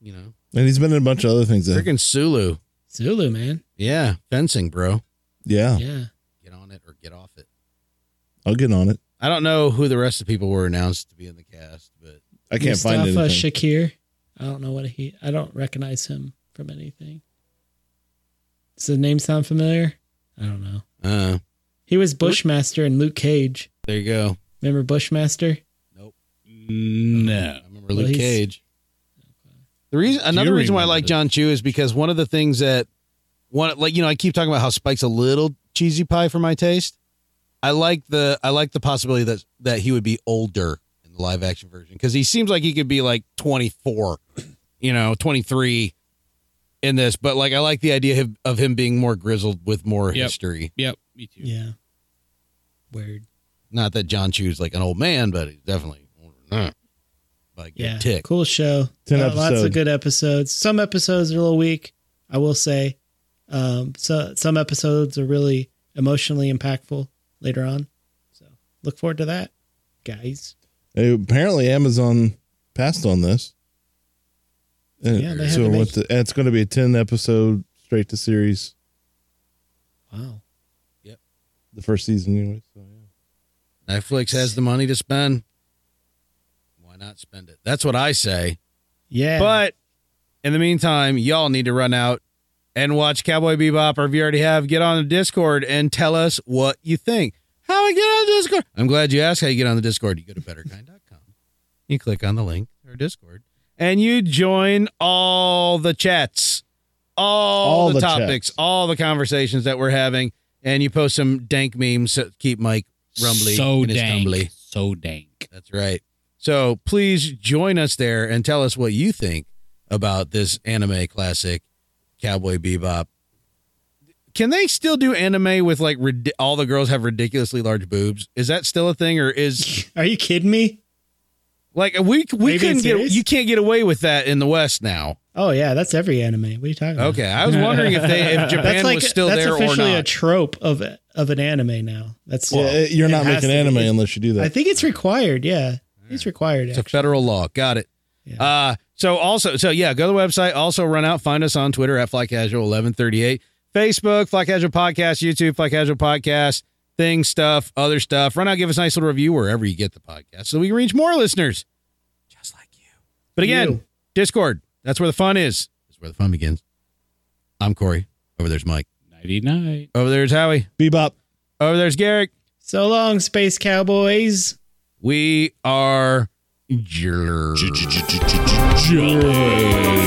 You know, And he's been in a bunch of other things. That, freaking Sulu. Zulu man. Yeah, fencing, bro. yeah, Yeah. Get on it or get off it. I'll get on it. I don't know who the rest of the people were announced to be in the cast, but I can't Mustafa find anything. Shakir. I don't know what he. I don't recognize him from anything. Does the name sound familiar? I don't know. uh, He was Bushmaster in Luke Cage. there you go. Remember Bushmaster? Uh-huh. No. I remember Well, Luke he's- Cage. The reason, another reason why I remember like this? John Chu is because one of the things that one, like you know, I keep talking about how Spike's a little cheesy pie for my taste. I like the I like the possibility that that he would be older in the live action version because he seems like he could be like 24, you know, 23 in this. But like I like the idea of, of him being more grizzled with more Yep. history. Yep, me too. Yeah. Weird. Not that John Chu's like an old man, but he's definitely older than that. Like Yeah. a tick. Cool show. 10 Lots episodes. of good episodes. Some episodes are a little weak, I will say. Um, so some episodes are really emotionally impactful later on. So look forward to that, guys. Apparently, Amazon passed on this. And Yeah, they had so to with the, it's going to be a ten episode straight to series, Wow. the first season anyway. So yeah. Netflix has the money to spend. Why not spend it? That's what I say. Yeah. But in the meantime, y'all need to run out and watch Cowboy Bebop, or if you already have, get on the Discord and tell us what you think. How I get on the Discord? I'm glad you asked how you get on the Discord. You go to betterkind.com. You click on the link or Discord, and you join all the chats, all, All the, the topics, chats. all the conversations that we're having, and you post some dank memes to keep Mike rumbly so in his dank, tumbly. so dank. That's right. So please join us there and tell us what you think about this anime classic, Cowboy Bebop. Can they still do anime with like rid- all the girls have ridiculously large boobs? Is that still a thing, or is are you kidding me? like we we Maybe couldn't it's get serious? you can't get away with that in the West now? Oh yeah, that's every anime. What are you talking about? Okay, I was wondering if they if Japan that's like was still that's there or officially a not. trope of of an anime now. That's Yeah, uh, you're it not has making to be. anime unless you do I that. think it's required. Yeah, it's required. It's a actually. federal law. Got it. Uh, so also, so yeah, go to the website. Also, run out, find us on Twitter at Fly Casual eleven thirty eight, Facebook Fly Casual Podcast, YouTube Fly Casual Podcast, things, stuff, other stuff. Run out, give us a nice little review wherever you get the podcast, so we can reach more listeners, just like you. But again, You. Discord. That's where the fun is. That's where the fun begins. I'm Corey. Over there's Mike. Nighty night. Over there's Howie. Bebop. Over there's Garrick. So long, space cowboys. We are jerks. Jolly.